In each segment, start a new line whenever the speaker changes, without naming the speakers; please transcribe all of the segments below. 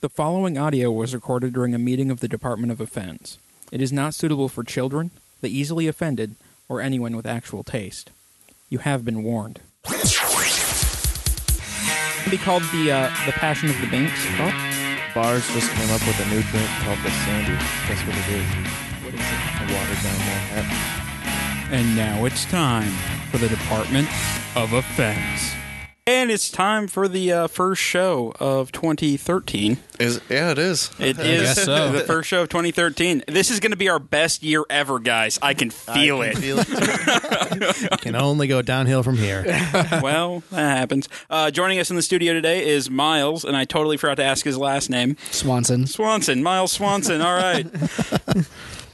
The following audio was recorded during a meeting of the Department of Offense. It is not suitable for children, the easily offended, or anyone with actual taste. You have been warned. Be called the uh, the Passion of the Binks. Oh,
Bars just came up with a new drink called the Sandy. That's what it is.
what is it?
A watered down one.
And now it's time for the Department of Offense.
And it's time for the uh, first show of 2013.
Is yeah, it is.
It is
guess so.
the first show of 2013. This is going to be our best year ever, guys. I can feel it.
Feel it too.
Can only go downhill from here.
well, that happens. Uh, joining us in the studio today is Miles, and I totally forgot to ask his last name.
Swanson.
Swanson, Miles Swanson. All right,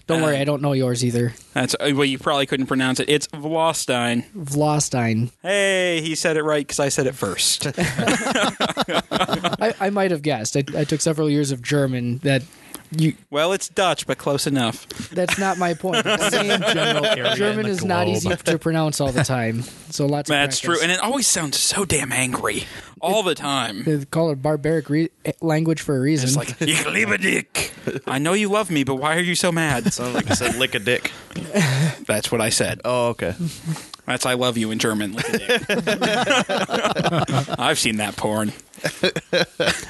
Don't worry, I don't know yours either.
that's uh, well. You probably couldn't pronounce it. It's Vlostein.
Vlostein.
Hey, he said it right because I said it first.
I, I might have guessed. I, I took several years of German. That you.
well, it's Dutch, but close enough.
That's not my point.
Same general area.
German is not easy to pronounce all the time. So lots.
That's
of
true, and it always sounds so damn angry all the time.
they call it barbaric re- eh, language for a reason.
It's like "Ich liebe dich." I know you love me, but why are you so mad?
Sounded like I said lick a dick.
That's what I said.
Oh, okay.
That's I love you in German. Lick a dick. I've seen that porn.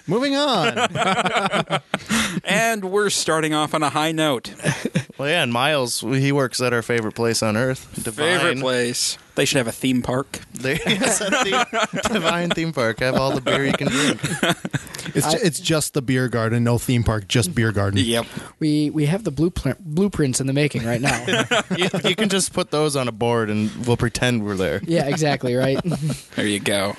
Moving on.
And we're starting off on a high note.
Well, yeah, and Miles, he works at our favorite place on earth, Divine.
Favorite place. They should have a theme park.
They- yes, at the Divine Theme Park. Have all the beer you can drink.
It's, ju- it's just the beer garden, no theme park, just beer garden.
we we have the blueprint blueprints in the making right now.
You, you can just put those on a board, and we'll pretend we're there.
yeah, exactly. Right.
There you go.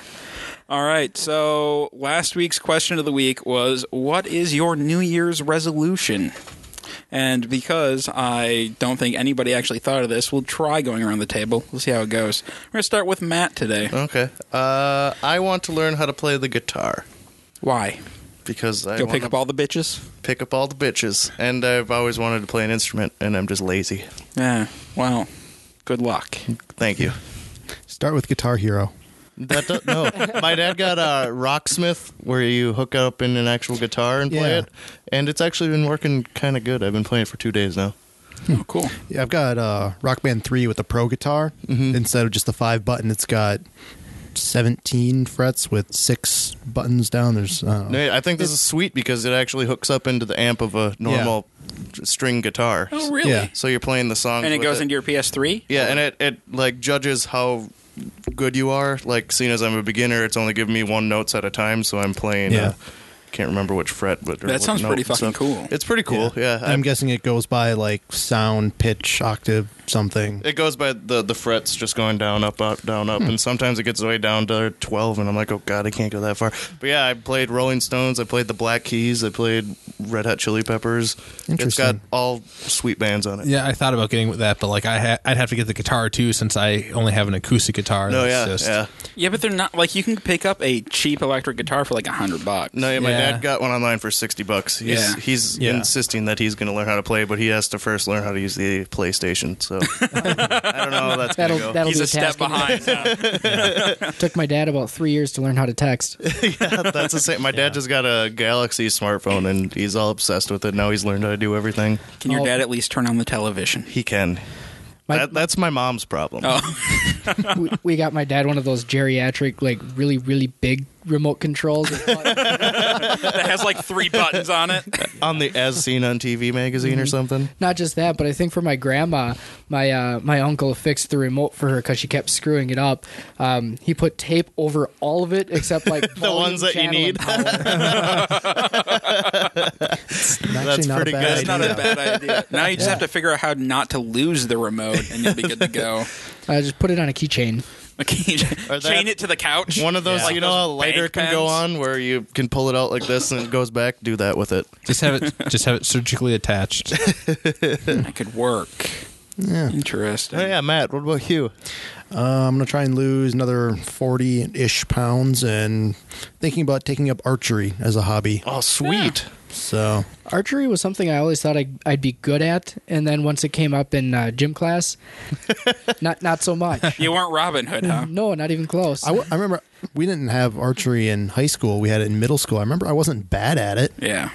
All right. So last week's question of the week was What is your New Year's resolution? And because I don't think anybody actually thought of this, we'll try going around the table. We'll see how it goes. We're going to start with Matt today.
Okay. Uh, I want to learn how to play the guitar
Why?
because I
Go
wanna
pick up all the bitches?
pick up all the bitches, and I've always wanted to play an instrument, and I'm just lazy.
Yeah. Well, good luck.
Thank you.
Start with Guitar Hero.
That do- no, my dad got a rocksmith where you hook up in an actual guitar and play
Yeah.
it, and it's actually been working kind of good. I've been playing it for two days now.
Oh, cool.
Yeah, I've got uh, Rock Band 3 with a pro guitar.
Mm-hmm.
Instead of just the five button, it's got 17 frets with six buttons down. There's, uh, I don't know.
No, I think this is sweet because it actually hooks up into the amp of a normal string guitar.
Oh, really?
Yeah.
So you're playing the song,
And it goes into your PS3?
yeah, and it it like judges how good you are. Like, seeing as I'm a beginner, it's only giving me one notes at a time, so I'm playing.
Yeah.
Uh, can't remember which fret, but or
That
what
sounds
note
pretty
and stuff.
fucking cool.
It's pretty cool. Yeah, I-
I'm guessing it goes by like sound, pitch, octave, something.
It goes by the the frets just going down, up, up, down, up,
Hmm.
and sometimes it gets way down to twelve, and I'm like, oh god, I can't go that far. But yeah, I played Rolling Stones, I played the Black Keys, I played Red Hot Chili Peppers. It's got
Interesting.
all sweet bands on it.
Yeah, I thought about getting that, but like I ha- I'd have to get the guitar too, since I only have an acoustic guitar.
No, Oh, yeah,
that's just-
yeah.
Yeah, but they're not like you can pick up a cheap electric guitar for like a hundred bucks.
No, yeah, my
Yeah.
dad got one online for sixty bucks. He's
Yeah.
he's
Yeah.
insisting that he's going to learn how to play, but he has to first learn how to use the PlayStation. So I don't know how that's going
That'll
to go.
that'll
He's
be
a step
task.
behind.
Took my dad about three years to learn how to text.
that's the same. My dad just got a Galaxy smartphone, and he's all obsessed with it. Now he's learned how to do everything.
Can your
Oh.
dad at least turn on the television?
He can.
My-
that, that's my mom's problem.
Oh.
we, we got my dad one of those geriatric, like really, really big remote controls.
that has like three buttons on it.
On the As Seen on TV magazine
Mm-hmm.
or something.
Not just that, but I think for my grandma, my uh, my uncle fixed the remote for her because she kept screwing it up. Um, he put tape over all of it except like
The ones that you need.
Actually, not a
pretty
bad
That's
good.
not
idea.
a bad idea. Now you just have to figure out how not to lose the remote, and you'll be good to go.
I just put it on a keychain.
Okay,
Or that-
chain it to the couch.
One of those, you know,
those
how a lighter
bank
can go
pens?
on where you can pull it out like this and it goes back. Do that with it.
just have it just have it surgically attached.
That could work. Interesting.
Oh, yeah, Matt, what about you?
Uh, I'm going to try and lose another 40 ish pounds and thinking about taking up archery as a hobby.
Oh, sweet.
So
Archery was something I always thought I'd, I'd be good at, and then once it came up in uh, gym class, not not so much.
You weren't Robin Hood, huh?
No, not even close.
I, w- I remember we didn't have archery in high school. We had it in middle school. I remember I wasn't bad at it,
Yeah.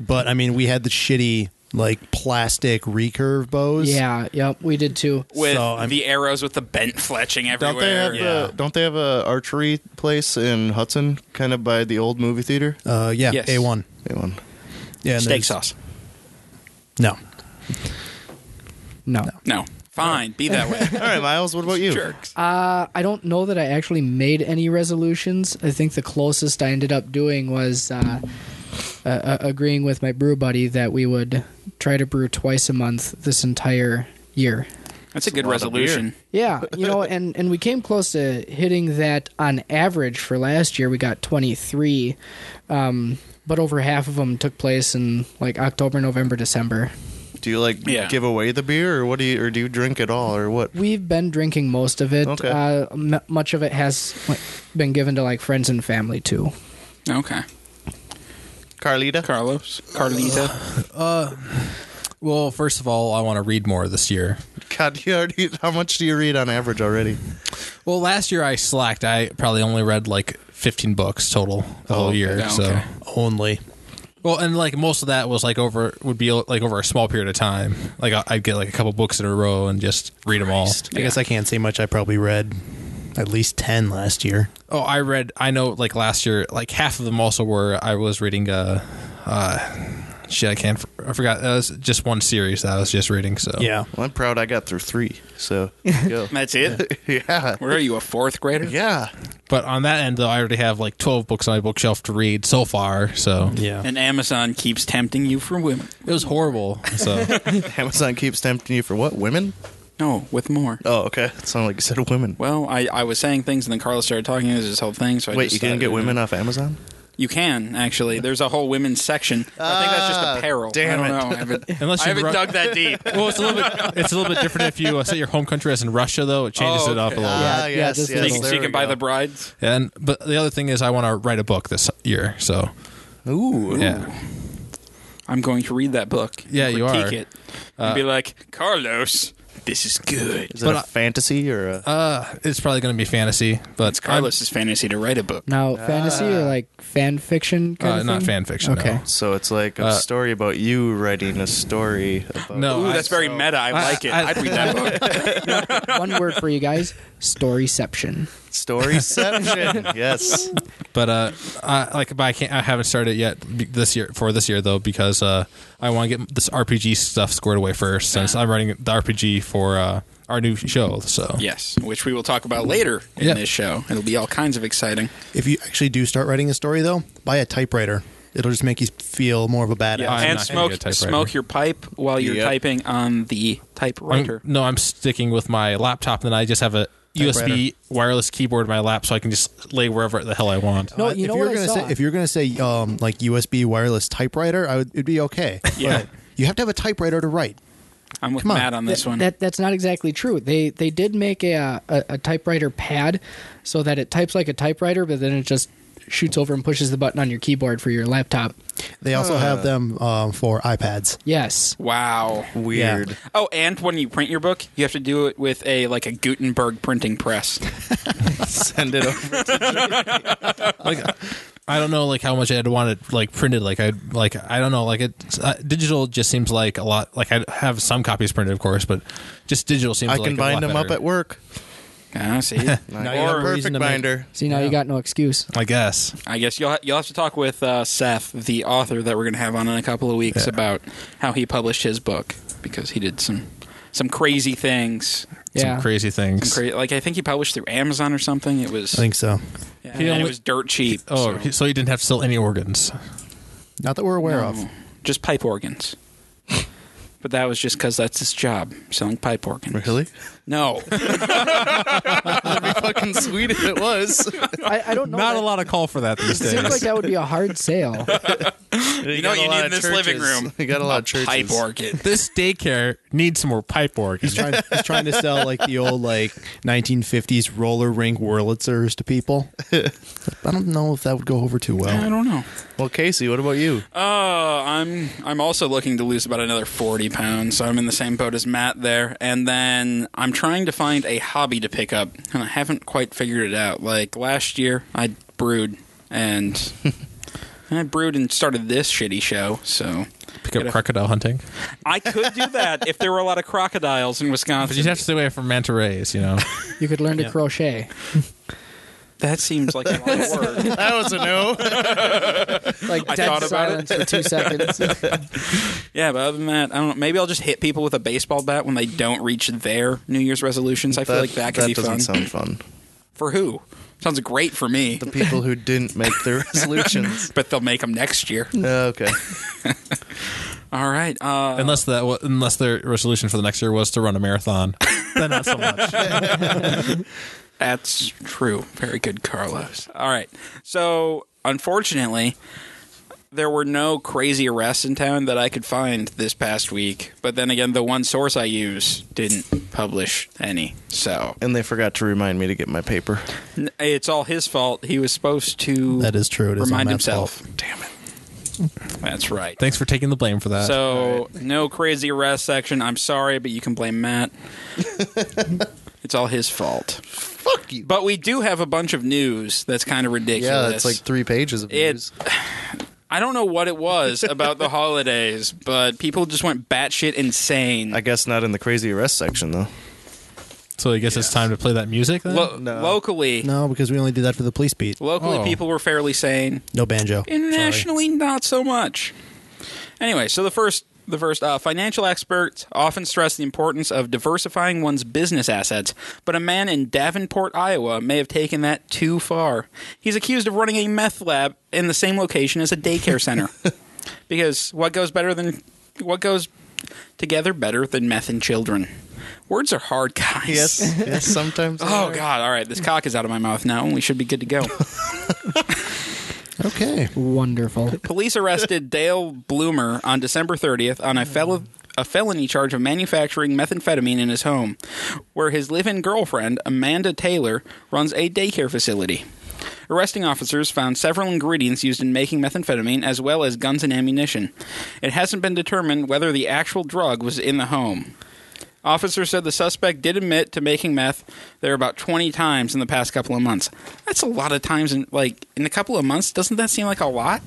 but I mean, we had the shitty like plastic recurve bows.
yeah, yep, we did too.
With
So, I'm-
the arrows with the bent fletching
Don't they
everywhere.
have the Don't they have a archery place in Hudson, kind of by the old movie theater?
Uh, yeah.
Yes.
A one.
That one.
Yeah. and
steak
there's-
sauce?
No.
No,
No. Fine. Be that way.
All right, Miles. What about you?
Jerks.
Uh, I don't know that I actually made any resolutions. I think the closest I ended up doing was uh, uh, uh, agreeing with my brew buddy that we would try to brew twice a month this entire year.
That's a good
lot of
resolution.
Yeah, you know, and and we came close to hitting that on average for last year. We got 23, um, but over half of them took place in like October, November, December.
Do you like
Yeah.
give away the beer, or what do you, or do you drink at all, or what?
We've been drinking most of it.
Okay.
Uh, m- much of it has like, been given to like friends and family too.
Okay.
Carlita.
Carlos. Carlita.
Well, first of all, I want to read more this year.
God, you already. How much do you read on average already?
Well, last year I slacked. I probably only read like 15 books total the whole year.
okay.
So,
Okay.
Oh, Only.
well, and like most of that was like over would be like over a small period of time. Like I- I'd get like a couple books in a row and just read them all.
I guess I can't say much. I probably read at least ten last year.
Oh, I read. I know. Like last year, like half of them also were. I was reading. Uh, uh, shit. I can't. I forgot. That was just one series that I was just reading. So
Yeah.
Well, I'm proud I got through three. So there you go.
That's it.
yeah,
Where are you? A fourth grader?
yeah.
But on that end, though, I already have like twelve books on my bookshelf to read so far. So
Yeah.
And Amazon keeps tempting you for women.
it was horrible. So
Amazon keeps tempting you for what? Women?
No, with more.
Oh, okay. It sounded like you said women.
Well, I, I was saying things and then Carlos started talking. There's this whole thing. So I
Wait,
just
you can
thought,
get
know,
women off Amazon?
You can actually. There's a whole women's section. I think that's just
Ah,
apparel.
damn
I don't
it.
know. I haven't,
Unless
I
you
haven't
ru-
dug that deep.
well, it's a little bit. It's a little bit different if you uh, set your home country as in Russia, though. It changes
Oh,
it up a
okay.
little.
Ah,
yeah,
yes,
just
yes,
So
a
you, can-
there
so you
we
can buy
go.
the brides.
And but the other thing is, I want to write a book this year. So
Ooh.
yeah,
I'm going to read that book.
Yeah, you
critique
are.
It
Uh,
and be like, Carlos, this is good.
Is it
But
a
I-
fantasy or a?
uh, it's probably going to be fantasy, but
It's Carlos's fantasy to write a book.
Now, fantasy or like fan fiction
I'm,
kind
uh,
of
not
thing?
fan fiction. no.
Okay.
so it's like a
uh,
story about you writing a story. About
No,
Ooh,
I-
that's very meta. I,
I-
like it.
I-
I'd read that book.
One word for you guys: storyception.
storyception. yes.
But uh, I like, but I can't. I haven't started it yet be- this year for this year though because uh, I want to get this RPG stuff squared away first since I'm running the RPG for uh, our new show. So
Yes, which we will talk about later in
Yep.
this show. It'll be all kinds of exciting.
If you actually do start writing a story, though, buy a typewriter. It'll just make you feel more of a badass.
Yeah, I'm
and
not gonna
smoke
get a typewriter.
smoke your pipe while you're
Yep.
typing on the
I'm-
typewriter.
no, I'm sticking with my laptop, and then I just have a USB wireless keyboard in my lap, so I can just lay wherever the hell I want.
No,
Uh,
Oh, you
if
know
you were
what I
gonna
saw?
say if you're gonna say um, like USB wireless typewriter, I would it'd be okay.
Yeah.
But you have to have a typewriter to write.
I'm with
Come on.
Matt on this
That-
one.
That that's not exactly true. They they did make a, uh, a a typewriter pad so that it types like a typewriter, but then it just shoots over and pushes the button on your keyboard for your laptop.
They also
Uh.
have them um, for iPads.
Yes.
wow.
Weird.
Oh, and when you print your book, you have to do it with a like a Gutenberg printing press.
Send it over.
Like, I don't know like how much I'd want it like printed. Like I like I don't know like it uh, digital just seems like a lot. Like I have some copies printed, of course, but just digital seems.
I
like
can
a lot
bind them up
better.
at work.
Ah, see,
Now you
or
have a reason
perfect
to make-
binder.
See now you got no excuse.
I guess.
I guess you'll ha- you'll have to talk with uh, Seth, the author that we're going to have on in a couple of weeks, about how he published his book because he did some some crazy things.
Yeah.
Some crazy things.
Cra- like I think he published through Amazon or something. It was
I think so.
yeah, and
He
it
only-
was dirt cheap.
Oh,
so-
he- so you didn't have to sell any organs.
Not that we're aware of.
No, just pipe organs. but that was just because that's his job, selling pipe organs.
Really?
No.
That'd be fucking sweet if it was.
I, I don't know.
Not
that-
a lot of call for that these
It
days.
seems like that would be a hard sale.
You know
got
what
a
you
lot
need
of
in this
churches.
living room?
You got a lot of churches.
Pipe organ.
This daycare needs some more pipe organ.
He's trying, he's trying to sell like the old like 1950s roller rink Wurlitzers to people. I don't know if that would go over too
I
well.
don't know.
Well, Casey, what about you?
Uh, I'm I'm also looking to lose about another forty pounds, so I'm in the same boat as Matt there. And then I'm trying to find a hobby to pick up, and I haven't quite figured it out. Like last year, I brewed and I brewed and started this shitty show. So
Pick up crocodile hunting.
I could do that if there were a lot of crocodiles in Wisconsin.
But you'd have to stay away from manta rays, you know.
You could learn to crochet.
that seems like a lot of work.
That was a no.
Like
I
dead
thought about it.
silence for two seconds.
Yeah, but other than that, I don't. know. Maybe I'll just hit people with a baseball bat when they don't reach their New Year's resolutions. I feel like that could be
doesn't
fun.
sound fun.
For who? Sounds great for me.
The people who didn't make their resolutions.
but they'll make them next year.
Uh, okay.
All right. Uh,
unless that wa- unless their resolution for the next year was to run a marathon. then not so much.
that's true. Very good, Carlos. All right. So, unfortunately, there were no crazy arrests in town that I could find this past week. But then again, the one source I use didn't publish any. So,
And they forgot to remind me to get my paper.
n- it's all his fault. He was supposed to
That is true. It is all
remind
Matt's
himself.
fault.
Damn it. That's right.
Thanks for taking the blame for that.
So no crazy arrest section. I'm sorry, but you can blame Matt. it's all his fault. Fuck you. But we do have a bunch of news that's kind of ridiculous.
Yeah, it's like three pages of
It-
news.
I don't know what it was about the holidays, but people just went batshit insane.
I guess not in the crazy arrest section though.
so I guess it's time to play that music then?
Lo-
No.
Locally,
No, because we only did that for the police beat.
locally
Oh.
people were fairly sane.
No banjo.
Internationally, not so much. Anyway, so the first, the first uh, financial experts often stress the importance of diversifying one's business assets, but a man in Davenport, Iowa, may have taken that too far. He's accused of running a meth lab in the same location as a daycare center, because what goes better than what goes together better than meth and children? Words are hard, guys.
Yes. yes sometimes. they
Oh
are.
God! All right, this cock is out of my mouth now, and we should be good to go.
Okay.
Wonderful.
Police arrested Dale Bloomer on December 30th on a fellow. A felony charge of manufacturing methamphetamine in his home, where his live in girlfriend, Amanda Taylor, runs a daycare facility. Arresting officers found several ingredients used in making methamphetamine, as well as guns and ammunition. It hasn't been determined whether the actual drug was in the home. Officers said the suspect did admit to making meth there about 20 times in the past couple of months. That's a lot of times in like in a couple of months. Doesn't that seem like a lot?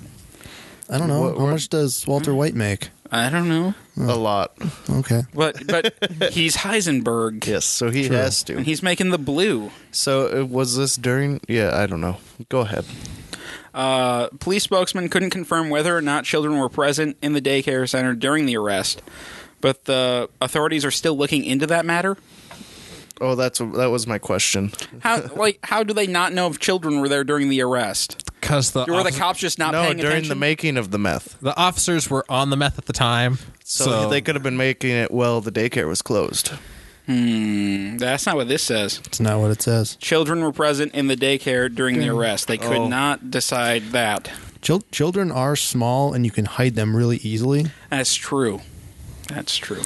I don't know. How much does Walter White make?
I don't know.
A lot.
Okay.
But but he's Heisenberg.
Yes. So he has to.
And he's making the blue.
So uh, was this during? Yeah, I don't know. Go ahead.
Uh, police spokesman couldn't confirm whether or not children were present in the daycare center during the arrest, but the authorities are still looking into that matter.
Oh, that's that was my question.
How like how do they not know if children were there during the arrest?
Because the,
Were the
offic-
cops just not
Uh, no,
paying
during
attention?
the making of the meth,
the officers were on the meth at the time.
so,
So,
they could have been making it while the daycare was closed.
Mm, That's not what this says.
It's not what it says.
Children were present in the daycare during the arrest. They could
Oh.
not decide that.
Chil- children are small and you can hide them really easily.
That's true. That's true.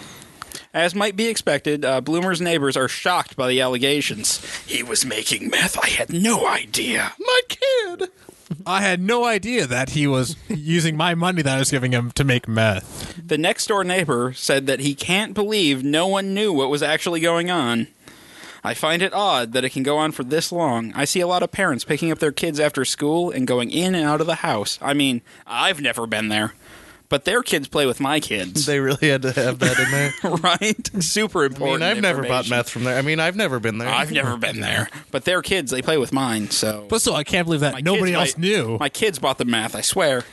As might be expected, uh, Bloomer's neighbors are shocked by the allegations. He was making meth. I had no idea.
My kid.
I had no idea that he was using my money that I was giving him to make meth.
The next door neighbor said that he can't believe no one knew what was actually going on. I find it odd that it can go on for this long. I see a lot of parents picking up their kids after school and going in and out of the house. I mean, I've never been there, but their kids play with my kids,
They really had to have that in there.
right? Super
I mean,
important.
I've never bought
information.
meth from there. I mean, I've never been there.
I've never been there, but their kids they play with mine. So
But still, I can't believe that
My
nobody
kids-
else
my-
knew.
My kids bought the math. I swear.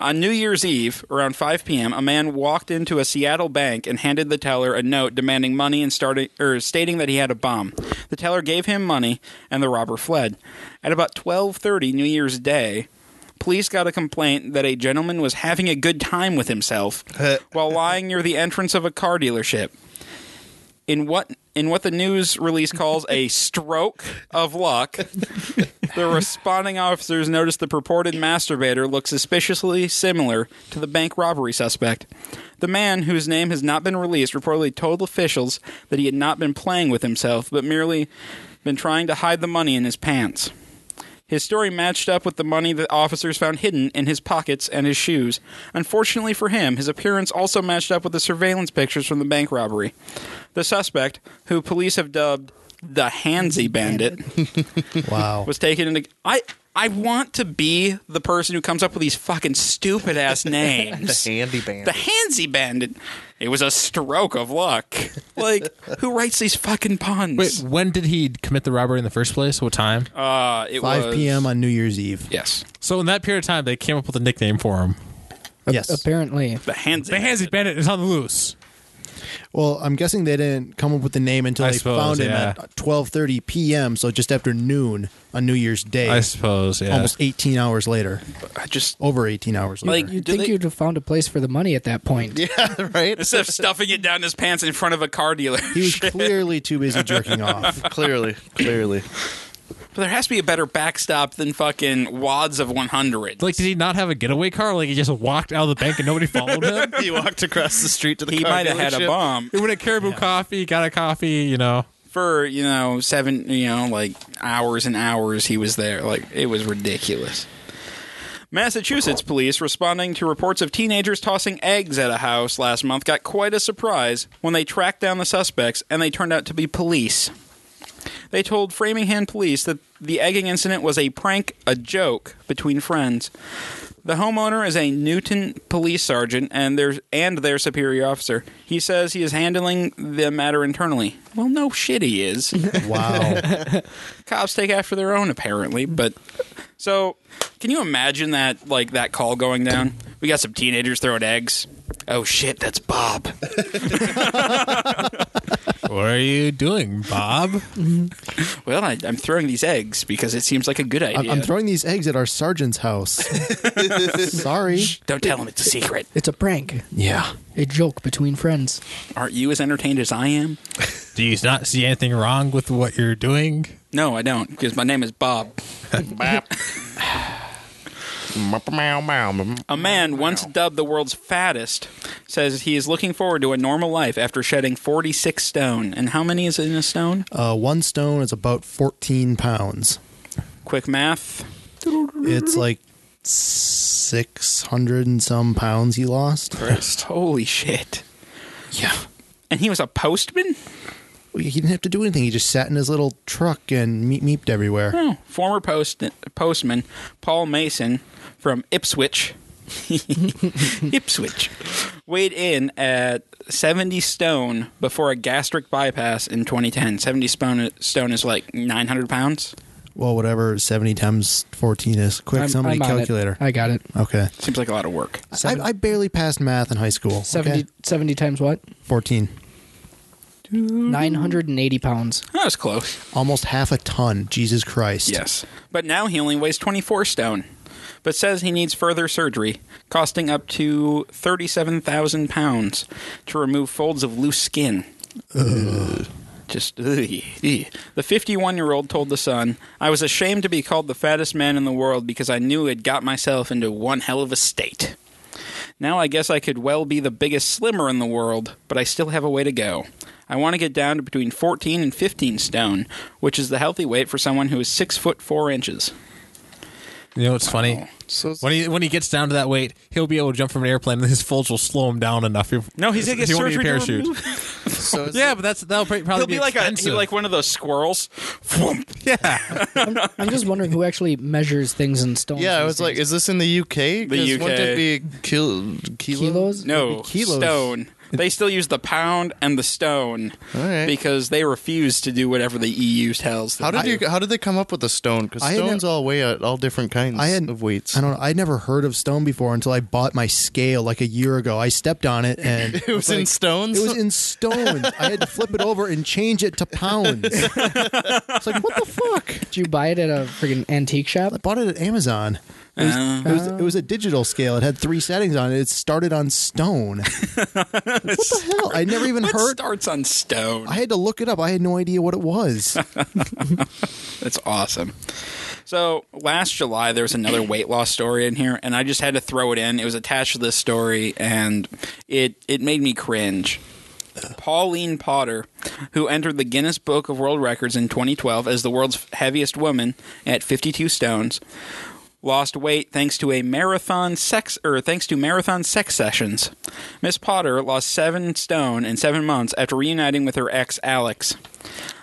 On New Year's Eve, around 5 p.m., a man walked into a Seattle bank and handed the teller a note demanding money and started, er, stating that he had a bomb. The teller gave him money, and the robber fled. At about 12:30 New Year's Day, police got a complaint that a gentleman was having a good time with himself while lying near the entrance of a car dealership in what in what the news release calls a stroke of luck The responding officers noticed the purported masturbator looked suspiciously similar to the bank robbery suspect. The man, whose name has not been released, reportedly told officials that he had not been playing with himself, but merely been trying to hide the money in his pants. His story matched up with the money that officers found hidden in his pockets and his shoes. Unfortunately for him, his appearance also matched up with the surveillance pictures from the bank robbery. The suspect, who police have dubbed the Hansy Bandit,
Wow.
was taken into. I I want to be the person who comes up with these fucking stupid ass names.
Handy band.
the Hansy Bandit. It was a stroke of luck. Like, who writes these fucking puns?
Wait, when did he commit the robbery in the first place? What time?
uh, it
5
was-
p.m. on New Year's Eve.
Yes,
so in that period of time, they came up with a nickname for him.
Yes.
Apparently,
the Hansy.
The Hansy Bandit is on the loose.
Well, I'm guessing they didn't come up with the name until
I
they
suppose,
found him
yeah.
at 12:30 p.m. So just after noon on New Year's Day,
I suppose. Yeah.
almost 18 hours later,
I just
over 18 hours later.
Like-
you'd
Do
think
they-
you'd have found a place for the money at that point.
right?
instead of stuffing it down his pants in front of a car dealer.
he was clearly too busy jerking off.
clearly, clearly.
But there has to be a better backstop than fucking wads of 100.
Like, did he not have a getaway car? Like, he just walked out of the bank and nobody followed him?
he walked across the street to the
he
car
might have had a
dealership.
bomb
He went at Caribou Coffee, got a coffee, you know.
for you know seven you know like hours and hours he was there. Like it was ridiculous. Massachusetts police responding to reports of teenagers tossing eggs at a house last month got quite a surprise when they tracked down the suspects and they turned out to be police. They told Framingham police that the egging incident was a prank, a joke between friends. The homeowner is a Newton police sergeant and their and their superior officer. He says he is handling the matter internally. Well, no shit, he is.
Wow.
Cops take after their own, apparently. But so, can you imagine that like that call going down? We got some teenagers throwing eggs. Oh shit, that's Bob.
What are you doing, Bob?
Well, I, I'm throwing these eggs because it seems like a good
I'm,
idea.
I'm throwing these eggs at our sergeant's house. Sorry.
Don't tell him it's a secret.
It's a prank,
Yeah.
a joke between friends.
Aren't you as entertained as I am?
Do you not see anything wrong with what you're doing?
No, I don't, because my name is Bob. A man once dubbed the world's fattest says he is looking forward to a normal life after shedding 46 stone. And how many is in a stone?
Uh, one stone is about 14 pounds.
Quick math.
It's like 600 and some pounds he lost.
Holy shit.
Yeah.
And he was a postman?
He didn't have to do anything. He just sat in his little truck and meep meeped everywhere.
Oh, former post postman Paul Mason from Ipswich, Ipswich, weighed in at 70 stone before a gastric bypass in 2010. 70 stone, stone is like 900 pounds.
Well, whatever 70 times 14 is. Quick,
I'm-
somebody
I'm on it.
calculator.
I got it.
okay.
Seems like a lot of work.
I,
Seven-
I barely passed math in high school.
70,
Okay?
70 times what?
14.
980 pounds.
That was close.
Almost half a ton. Jesus Christ.
Yes. But now he only weighs 24 stone, but says he needs further surgery, costing up to 37,000 pounds to remove folds of loose skin. Just ugh, ugh. the 51 year old told the Sun, "I was ashamed to be called the fattest man in the world because I knew it got myself into one hell of a state. Now I guess I could well be the biggest slimmer in the world, but I still have a way to go. I want to get down to between 14 and 15 stone, which is the healthy weight for someone who is six foot four inches.
You know what's funny? when he when he gets down to that weight, he'll be able to jump from an airplane, and his folds will slow him down enough. He'll-
No, he's gonna get
he won't need
surgery
a parachute.
To remove-
So is
yeah, but that's that'll pr- probably
He'll be, like a,
expensive.
he'll be like one of those squirrels. Whoomp.
yeah,
I'm just wondering who actually measures things in stones.
Yeah, I
these
was like,
days.
is this in the UK? 'Cause
The UK.
Wouldn't it be kil- kilo?
kilos?
No
kilos.
stone. They still use the pound and the stone
All right.
because they refuse to do whatever the EU tells them.
How did you? How did they come up with the stone? Because
I had
stones
no-
all weigh at all different kinds
I had
of weights.
I don't know. I'd never heard of stone before until I bought my scale like a year ago. I stepped on it and
It was in stones.
It was in stone. I had to flip it over and change it to pounds. It's like what the fuck?
Did you buy it at a freaking antique shop?
I bought it at Amazon. It was, it, was, it was a digital scale. It had three settings on it. It started on stone. what the hell? I never even
What
heard.
starts on stone?
I had to look it up. I had no idea what it was.
That's awesome. So last July, there was another weight loss story in here, and I just had to throw it in. It was attached to this story, and it it made me cringe. Pauline Potter, who entered the Guinness Book of World Records in 2012 as the world's heaviest woman at 52 stones, lost weight thanks to a marathon sex or thanks to marathon sex sessions. Miss Potter lost 7 stone in 7 months after reuniting with her ex Alex.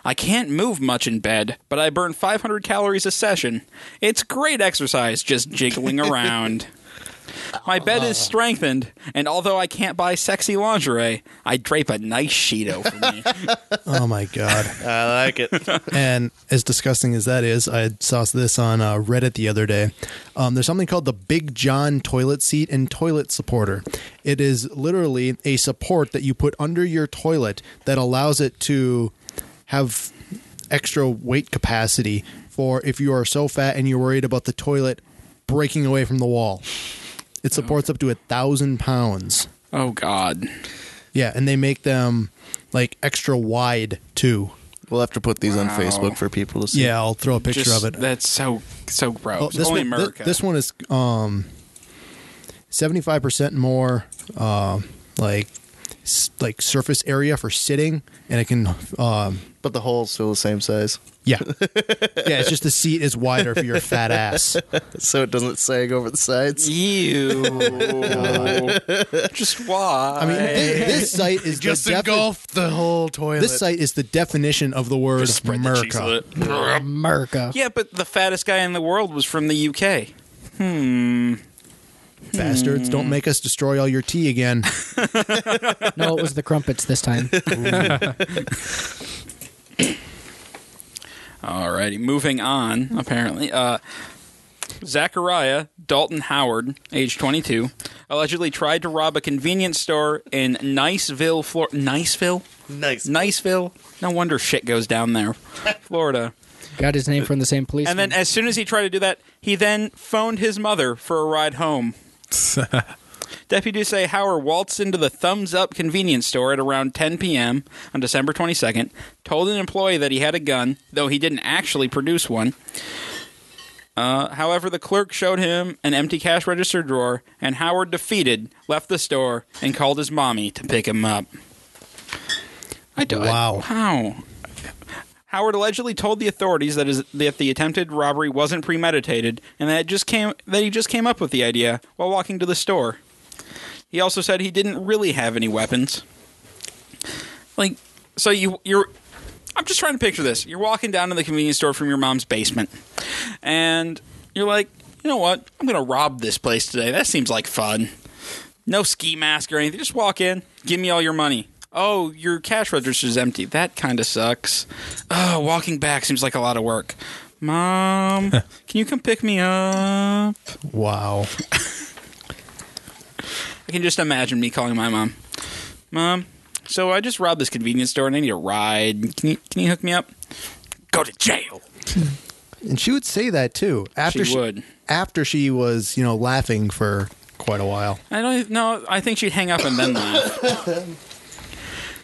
I can't move much in bed, but I burn 500 calories a session. It's great exercise just jiggling around. My bed is strengthened, and although I can't buy sexy lingerie, I drape a nice sheet over me.
Oh my god.
I like it.
And as disgusting as that is, I saw this on uh, Reddit the other day. Um, there's something called the Big John toilet seat and toilet supporter. It is literally a support that you put under your toilet that allows it to have extra weight capacity for if you are so fat and you're worried about the toilet breaking away from the wall. It supports up to a thousand pounds.
oh God!
Yeah, and they make them like extra wide too.
We'll have to put these on
Wow.
Facebook for people to see.
Yeah, I'll throw a picture
Just-
of it.
That's so so gross.
Oh, this
Only
one, thi-
America.
this one is um, seventy-five percent more, uh, like s- like surface area for sitting, and it can, um,
But the hole's still the same size,
yeah, yeah. It's just the seat is wider for your fat ass.
so it doesn't sag over the sides.
Ew. Just why?
Oh, I mean, thi- this, site is the defi-
the whole toilet.
This site is the definition of the word America.
America.
yeah, but the fattest guy in the world was from the UK.
Bastards,
Hmm.
don't make us destroy all your tea again.
No, it was the crumpets this time.
Alrighty, moving on, apparently. Uh, Zachariah Dalton Howard, age 22, allegedly tried to rob a convenience store in Niceville, Florida. Niceville?
nice.
Niceville? No wonder shit goes down there. Florida.
Got his name from the same police.
And then as soon as he tried to do that, he then phoned his mother for a ride home. Deputies say Howard waltzed into the Thumbs Up convenience store at around 10 p.m. on December 22nd, told an employee that he had a gun, though he didn't actually produce one. Uh, however, the clerk showed him an empty cash register drawer, and Howard, defeated, left the store and called his mommy to pick him up. I do
Wow.
How? Howard allegedly told the authorities that, is, that the attempted robbery wasn't premeditated and that it just came that he just came up with the idea while walking to the store. He also said he didn't really have any weapons. Like, so you you're. I'm just trying to picture this. You're walking down to the convenience store from your mom's basement, and you're like, you know what? I'm gonna rob this place today. That seems like fun. No ski mask or anything. Just walk in. Give me all your money. Oh, your cash register's empty. That kind of sucks. Oh, walking back seems like a lot of work. Mom, can you come pick me up?
Wow.
I can just imagine me calling my mom. Mom, so I just robbed this convenience store and I need a ride. Can you can you hook me up? Go to jail.
And she would say that too. After
She would.
After she was, you know, laughing for quite a while.
I don't even- no. I think she'd hang up and then laugh.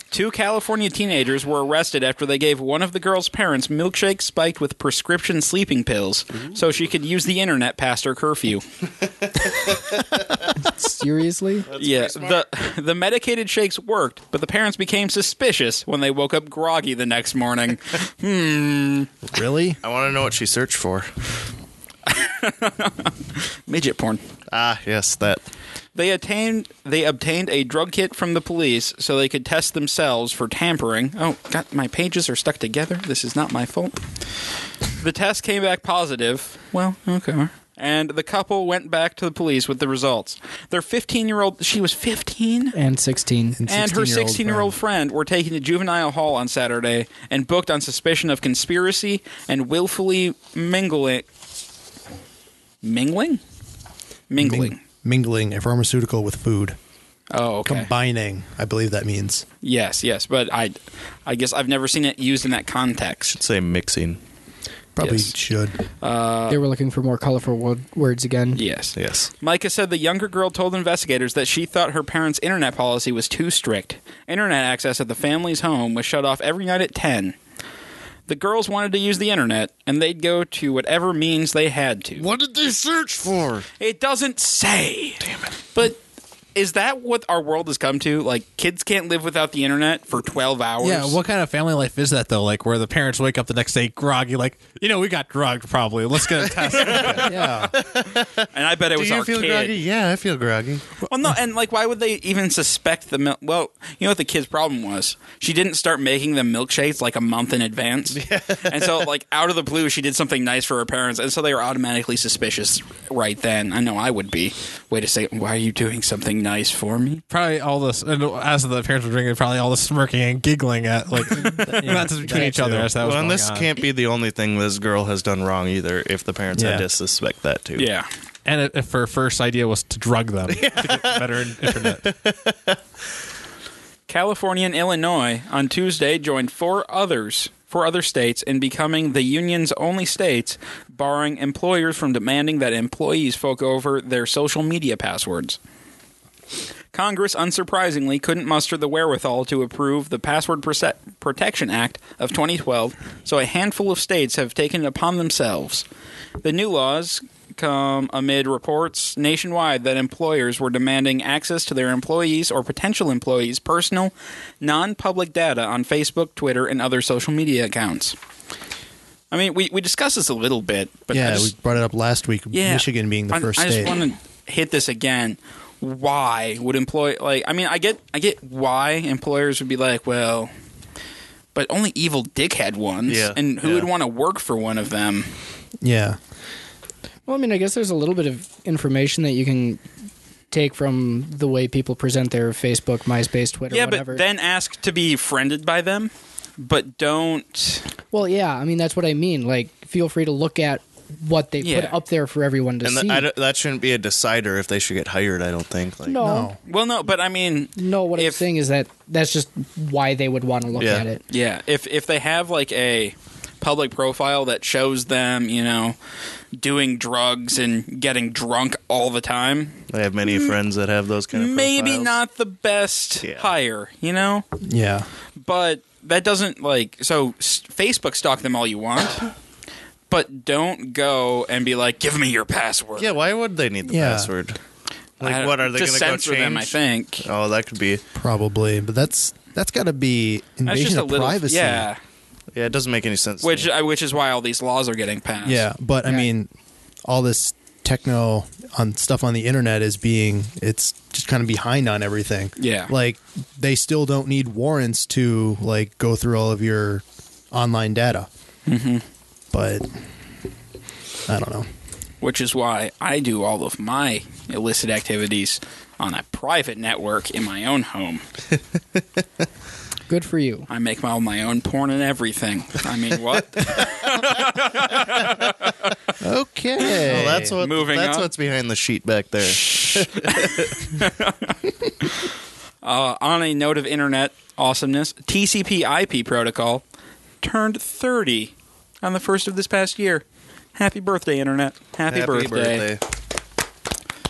Two California teenagers were arrested after they gave one of the girl's parents milkshakes spiked with prescription sleeping pills so she could use the internet past her curfew.
Seriously?
yeah, the the medicated shakes worked, but the parents became suspicious when they woke up groggy the next morning.
Really?
I want to know what she searched for.
Midget porn.
Ah, yes, that.
They attained they obtained a drug kit from the police so they could test themselves for tampering. Oh, got my pages are stuck together. This is not my fault. The test came back positive. Well, okay. And the couple went back to the police with the results. Their 15-year-old she was 15
And 16.
and her 16-year-old friend were taken to juvenile hall on Saturday and booked on suspicion of conspiracy and willfully mingling mingling mingling.
mingling a pharmaceutical with food.
Oh, okay.
Combining, I believe that means.
Yes, yes, but I, I guess I've never seen it used in that context.
Say mixing.
Probably
Yes.
should.
they were looking for more colorful wo- words again.
Yes.
Yes.
Micah said the younger girl told investigators that she thought her parents' internet policy was too strict. Internet access at the family's home was shut off every night at 10. The girls wanted to use the internet, and they'd go to whatever means they had to.
What did they search for?
It doesn't say. Damn it. But is that what our world has come to? Like, kids can't live without the internet for 12 hours?
Yeah, what kind of family life is that though? Like where the parents wake up the next day groggy, like you know we got drugged probably. Let's get a test.
Yeah.
And I bet it
Do
was
you
our
feel
kid.
groggy? Yeah, I feel groggy.
Well, no, and like, why would they even suspect the milk? Well, you know what the kid's problem was? She didn't start making them milkshakes like a month in advance, and so like out of the blue, she did something nice for her parents, and so they were automatically suspicious right then. I know I would be. Wait a second, why are you doing something nice for me?
probably all this and as the parents were drinking, probably all the smirking and giggling at like not just between each other as that was
Well, and
going
this
on.
can't be the only thing this girl has done wrong either. If the parents
Yeah.
had to suspect that too.
Yeah,
And it, if her first idea was to drug them to get better internet.
California and Illinois on Tuesday joined four others. Four other states in becoming the union's only states, barring employers from demanding that employees fork over their social media passwords. Congress, unsurprisingly, couldn't muster the wherewithal to approve the Password Proce- Protection Act of 2012, so a handful of states have taken it upon themselves. The new laws come amid reports nationwide that employers were demanding access to their employees or potential employees' personal, non public data on Facebook, Twitter, and other social media accounts. I mean, we, we discussed this a little bit, but I
yeah,
just-
we brought it up last week.
yeah.
Michigan being the
I,
first
I
state.
just want to hit this again. Why would employ like I mean I get I get why employers would be like, well, but only evil dickhead ones.
Yeah,
And who
yeah.
would want to work for one of them?
yeah.
Well, I mean, I guess there's a little bit of information that you can take from the way people present their Facebook, MySpace, Twitter,
yeah,
whatever.
but then ask to be friended by them, but don't
well, yeah, I mean, that's what I mean. Like, feel free to look at what they put
Yeah.
up there for everyone to
And
see.
th- I don't- that shouldn't be a decider if they should get hired. I don't think. Like,
no,
No.
no,
Well no, but I mean
What I'm
If-
saying is that that's just why they would want to look
Yeah.
at it.
Yeah, if if they have like a public profile that shows them, you know, doing drugs and getting drunk all the time,
I have many friends that have those kind of.
maybe
profiles.
not the best
Yeah.
hire, you know?
Yeah.
But that doesn't like so s- Facebook stalk them all you want, but don't go and be like give me your password.
Yeah, why would they need the
Yeah.
password?
I
Like,
don't-
what are they going
just
to
censor
go change?
them, I think.
Uh,
Oh, that could be.
Probably, but that's that's got to be
That's
invasion
just a
of
little
privacy.
yeah,
Yeah, it doesn't make any sense. to
which
me.
uh, which is why all these laws are getting passed.
Yeah, but I
Yeah.
mean, all this techno on stuff on the internet is being it's just kind of behind on everything.
Yeah.
like they still don't need warrants to like go through all of your online data.
Mm-hmm.
But I don't know.
which is why I do all of my illicit activities on a private network in my own home.
Good for you.
I make my, all my own porn and everything. I mean, what?
Okay,
Oh, that's what.
uh, moving
that's
on.
what's behind the sheet back there.
on a note of internet awesomeness, TCP/IP protocol turned 30 on the first of this past year. Happy birthday, internet! Happy,
birthday.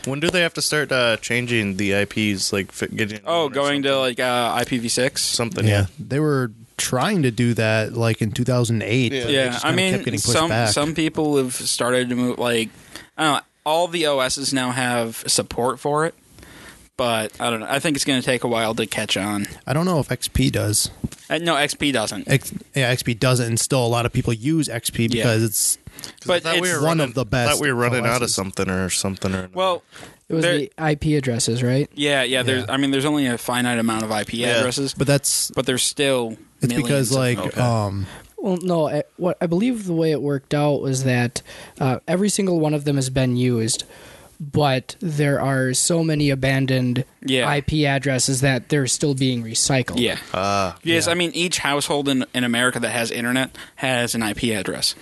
When do they have to start uh, changing the IPs? Like fi- getting
Oh,
one or
going to
something?
like uh, IPv6.
something.
yeah, they were trying to do that like in 2008.
Yeah.
but they
Yeah,
just
I
kinda kept
mean,
getting pushed
some
back.
some people have started to move. Like, I don't know, all the OSs now have support for it, but I don't know. I think it's going to take a while to catch on.
I don't know if XP does.
Uh, no, XP doesn't.
X, yeah, XP doesn't, and still a lot of people use XP because it's
But
thought
it's,
we were
one
running-
of the
I
best.
thought we were running out of
OSs.
something or something. Or
well,
It was
There-
the IP addresses, right?
yeah, yeah. There's,
Yeah.
I mean, there's only a finite amount of IP
Yeah.
addresses,
But that's
but there's still.
it's
millions
because
of-
like
Okay.
um
Well, no. I, what I believe the way it worked out was that uh, every single one of them has been used, but there are so many abandoned
Yeah.
IP addresses that they're still being recycled.
Yeah.
Ah.
yes, I mean each household in, in America that has internet has an IP address,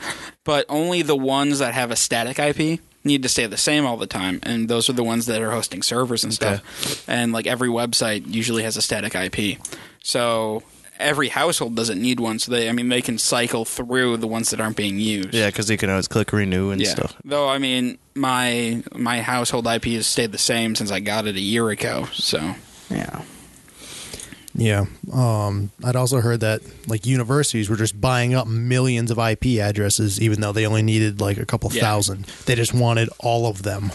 but only the ones that have a static IP need to stay the same all the time, and those are the ones that are hosting servers and stuff. And like every website usually has a static IP, so every household doesn't need one. So they, I mean, they can cycle through the ones that aren't being used.
yeah, because you can always click renew and
Yeah.
stuff.
Though I mean, my my household IP has stayed the same since I got it a year ago. So
Yeah.
Yeah. Um, I'd also heard that like universities were just buying up millions of IP addresses, even though they only needed like a couple
Yeah.
thousand. They just wanted all of them,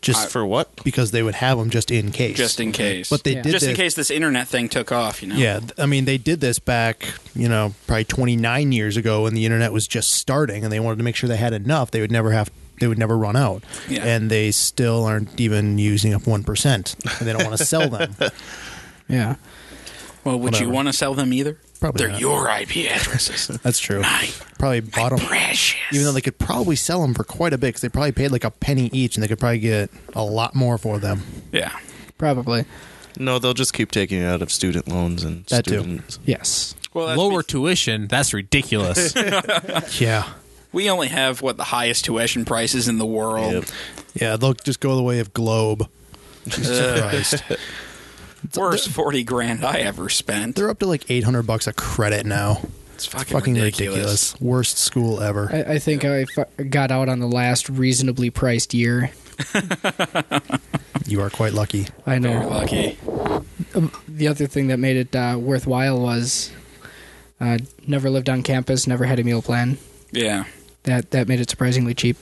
just
For what?
because they would have them just in case.
just in case.
But they
Yeah.
did
just in
this-
case this internet thing took off, you know.
Yeah, th- I mean they did this back, you know, probably 29 years ago when the internet was just starting and they wanted to make sure they had enough. They would never have they would never run out.
Yeah.
And they still aren't even using up 1% and they don't want to sell them.
Yeah.
Well, would
Whatever.
you want to sell them either?
Probably
They're
not.
your IP addresses.
That's true.
My
Probably bought 'em-
precious.
even though they could probably sell them for quite a bit cuz they probably paid like a penny each and they could probably get a lot more for them.
yeah.
Probably.
No, they'll just keep taking it out of student loans and
That too.
students. Oh,
Yes.
Well, that's
Lower tuition. That's ridiculous.
Yeah.
We only have what the highest tuition prices in the world.
Yep.
Yeah, they'll just go the way of globe. Jesus Christ.
Worst forty grand I ever spent.
They're up to like 800 bucks a credit now.
It's fucking,
Fucking
ridiculous.
ridiculous. Worst school ever.
I, I think I fu- got out on the last reasonably priced year.
You are quite lucky.
I
Very
know.
lucky.
The other thing that made it uh, worthwhile was uh, never lived on campus, never had a meal plan.
Yeah.
That that made it surprisingly cheap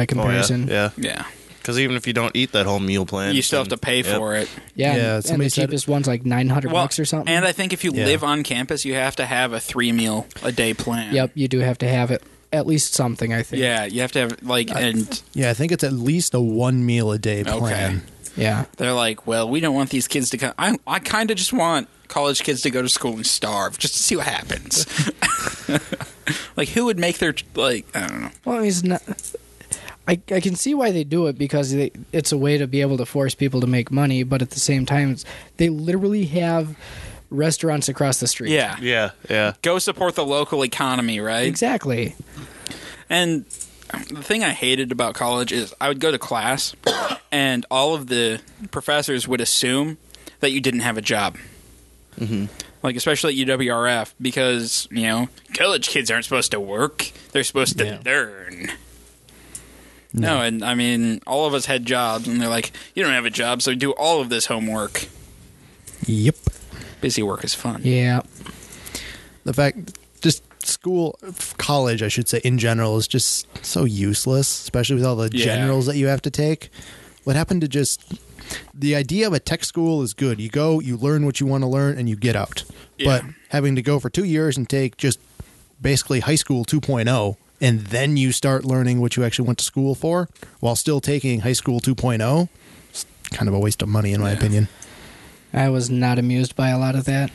Oh, yeah.
comparison.
Yeah.
Yeah.
Because even if you don't eat that whole meal plan,
You still have to pay
Yep.
for it.
Yeah,
Yeah,
and, and
somebody
the
said-
cheapest one's like nine hundred bucks or something.
And I think if you
Yeah.
live on campus, you have to have a three meal a day plan.
yep, you do have to have it at least something. I think.
Yeah, you have to have like, and
Yeah, I think it's at least a one meal a day
Okay.
plan.
Yeah.
they're like, "Well, we don't want these kids to come." I, I kind of just want college kids to go to school and starve just to see what happens. like, who would make their like? I don't know.
Well, he's not. I, I can see why they do it because they, it's a way to be able to force people to make money, but at the same time, it's, they literally have restaurants across the street.
Yeah,
Yeah, yeah.
go support the local economy, right?
Exactly.
And the thing I hated about college is I would go to class, and all of the professors would assume that you didn't have a job. Mm-hmm. Like especially at UWRF because you know college kids aren't supposed to work; they're supposed to learn. No. and I mean all of us had jobs, and they're like, "You don't have a job, so do all of this homework."
Yep.
Busy work is fun.
Yeah.
The fact, just school, f- college, I should say, in general, is just so useless, especially with all the
Yeah.
generals that you have to take. What happened to just the idea of a tech school is good. You go, you learn what you want to learn, and you get out.
Yeah.
But having to go for two years and take just basically high school 2.0, and then you start learning what you actually went to school for while still taking high school 2.0, it's kind of a waste of money, in my opinion.
I was not amused by a lot of that.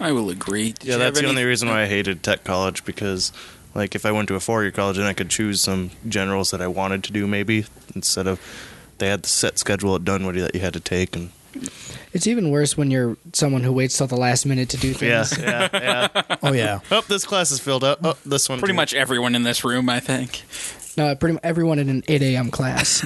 I will agree. Did
Yeah,
you
that's
have
the
any-
only reason why I hated tech college because, like, if I went to a four year college and I could choose some generals that I wanted to do, maybe instead of they had the set schedule at Dunwoody that you had to take. And
It's even worse when you're someone who waits till the last minute to do
yeah,
things.
yeah, yeah.
Oh, yeah.
oh, this class is filled up. Oh, this one
Pretty
too.
much everyone in this room, I think.
No, pretty mu- everyone in an 8 a.m. class.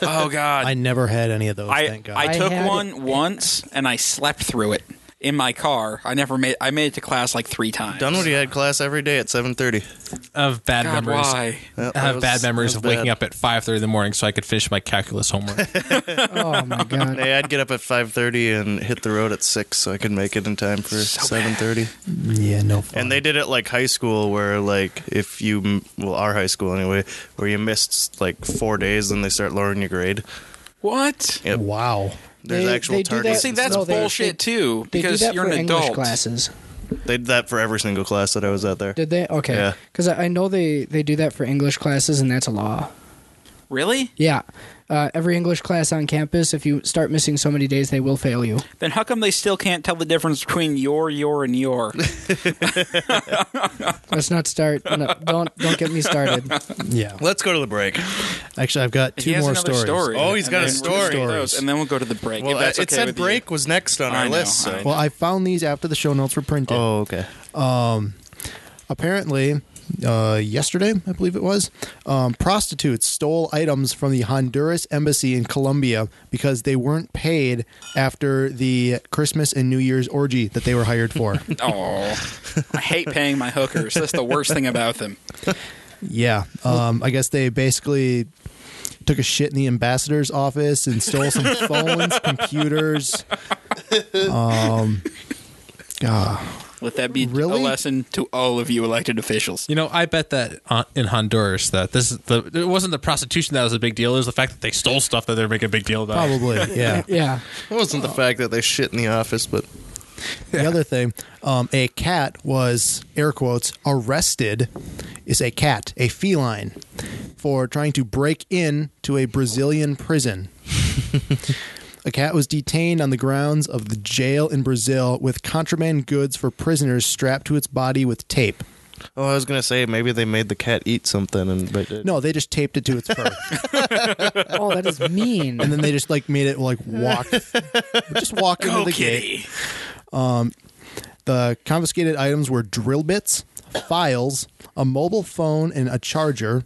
Oh God,
I never had any of those.
I,
thank God.
I took
I had
one
it-
once and I slept through it in my car. I never made I made it to class like three times.
Dunwoody had class every day at seven thirty.
of bad
God,
memories.
why?
That-
I
that
have
was-
bad memories
that
of
was
waking
bad.
up at five thirty in the morning so I could finish my calculus homework.
oh, my God.
Hey, I'd get up at five thirty and hit the road at six so I could make it in time for seven thirty.
yeah, no. Fun.
And they did it like high school, where like if you m- well our high school anyway, where you missed like four days, then they start lowering your grade.
What?
Yep.
Wow.
There's
They-
actual
they do
targets.
that-
See,
and
that's
No,
stuff.
they-
bullshit
they-
too.
They
Because
do that
you're
for
an
English
adult.
classes.
They did that for every single class that I was at there.
Did they? Okay.
Yeah.
Because I I know they, they do that for English classes, and that's a law.
Really?
Yeah. Uh, every English class on campus, if you start missing so many days, they will fail you.
Then how come they still can't tell the difference between your, your, and your?
Let's not start. No, don't don't get me started.
Yeah.
Let's go to the break.
Actually, I've got
he
two
has
more
another
stories.
story.
Oh, he's
And
got a
then we're
story.
gonna do those, And then we'll go to the break.
Well,
if that's
it
okay
said
with you.
break was next on
I
our
know,
list.
I
So.
know.
Well, I found these after the show notes were printed.
Oh, okay.
Apparently, uh, yesterday, I believe it was, um, prostitutes stole items from the Honduras embassy in Colombia because they weren't paid after the Christmas and New Year's orgy that they were hired for.
Oh, I hate paying my hookers. That's the worst thing about them.
yeah. Um, I guess they basically took a shit in the ambassador's office and stole some phones, computers, Ah,
Let that be a
Really?
lesson to all of you elected officials.
You know, I bet that uh, in Honduras that this is the it wasn't the prostitution that was a big deal. It was the fact that they stole stuff that they're making a big deal about.
probably. Yeah.
Yeah.
It wasn't the fact that they shit in the office, but
The other thing, um, a cat was air quotes arrested. Is a cat a feline for trying to break in to a Brazilian prison? a cat was detained on the grounds of the jail in Brazil with contraband goods for prisoners strapped to its body with tape.
oh, I was gonna say maybe they made the cat eat something, and but it-
No, they just taped it to its fur,
Oh, that is mean.
and then they just like made it like walk, just walk into the gate. The confiscated items were drill bits, files, a mobile phone, and a charger.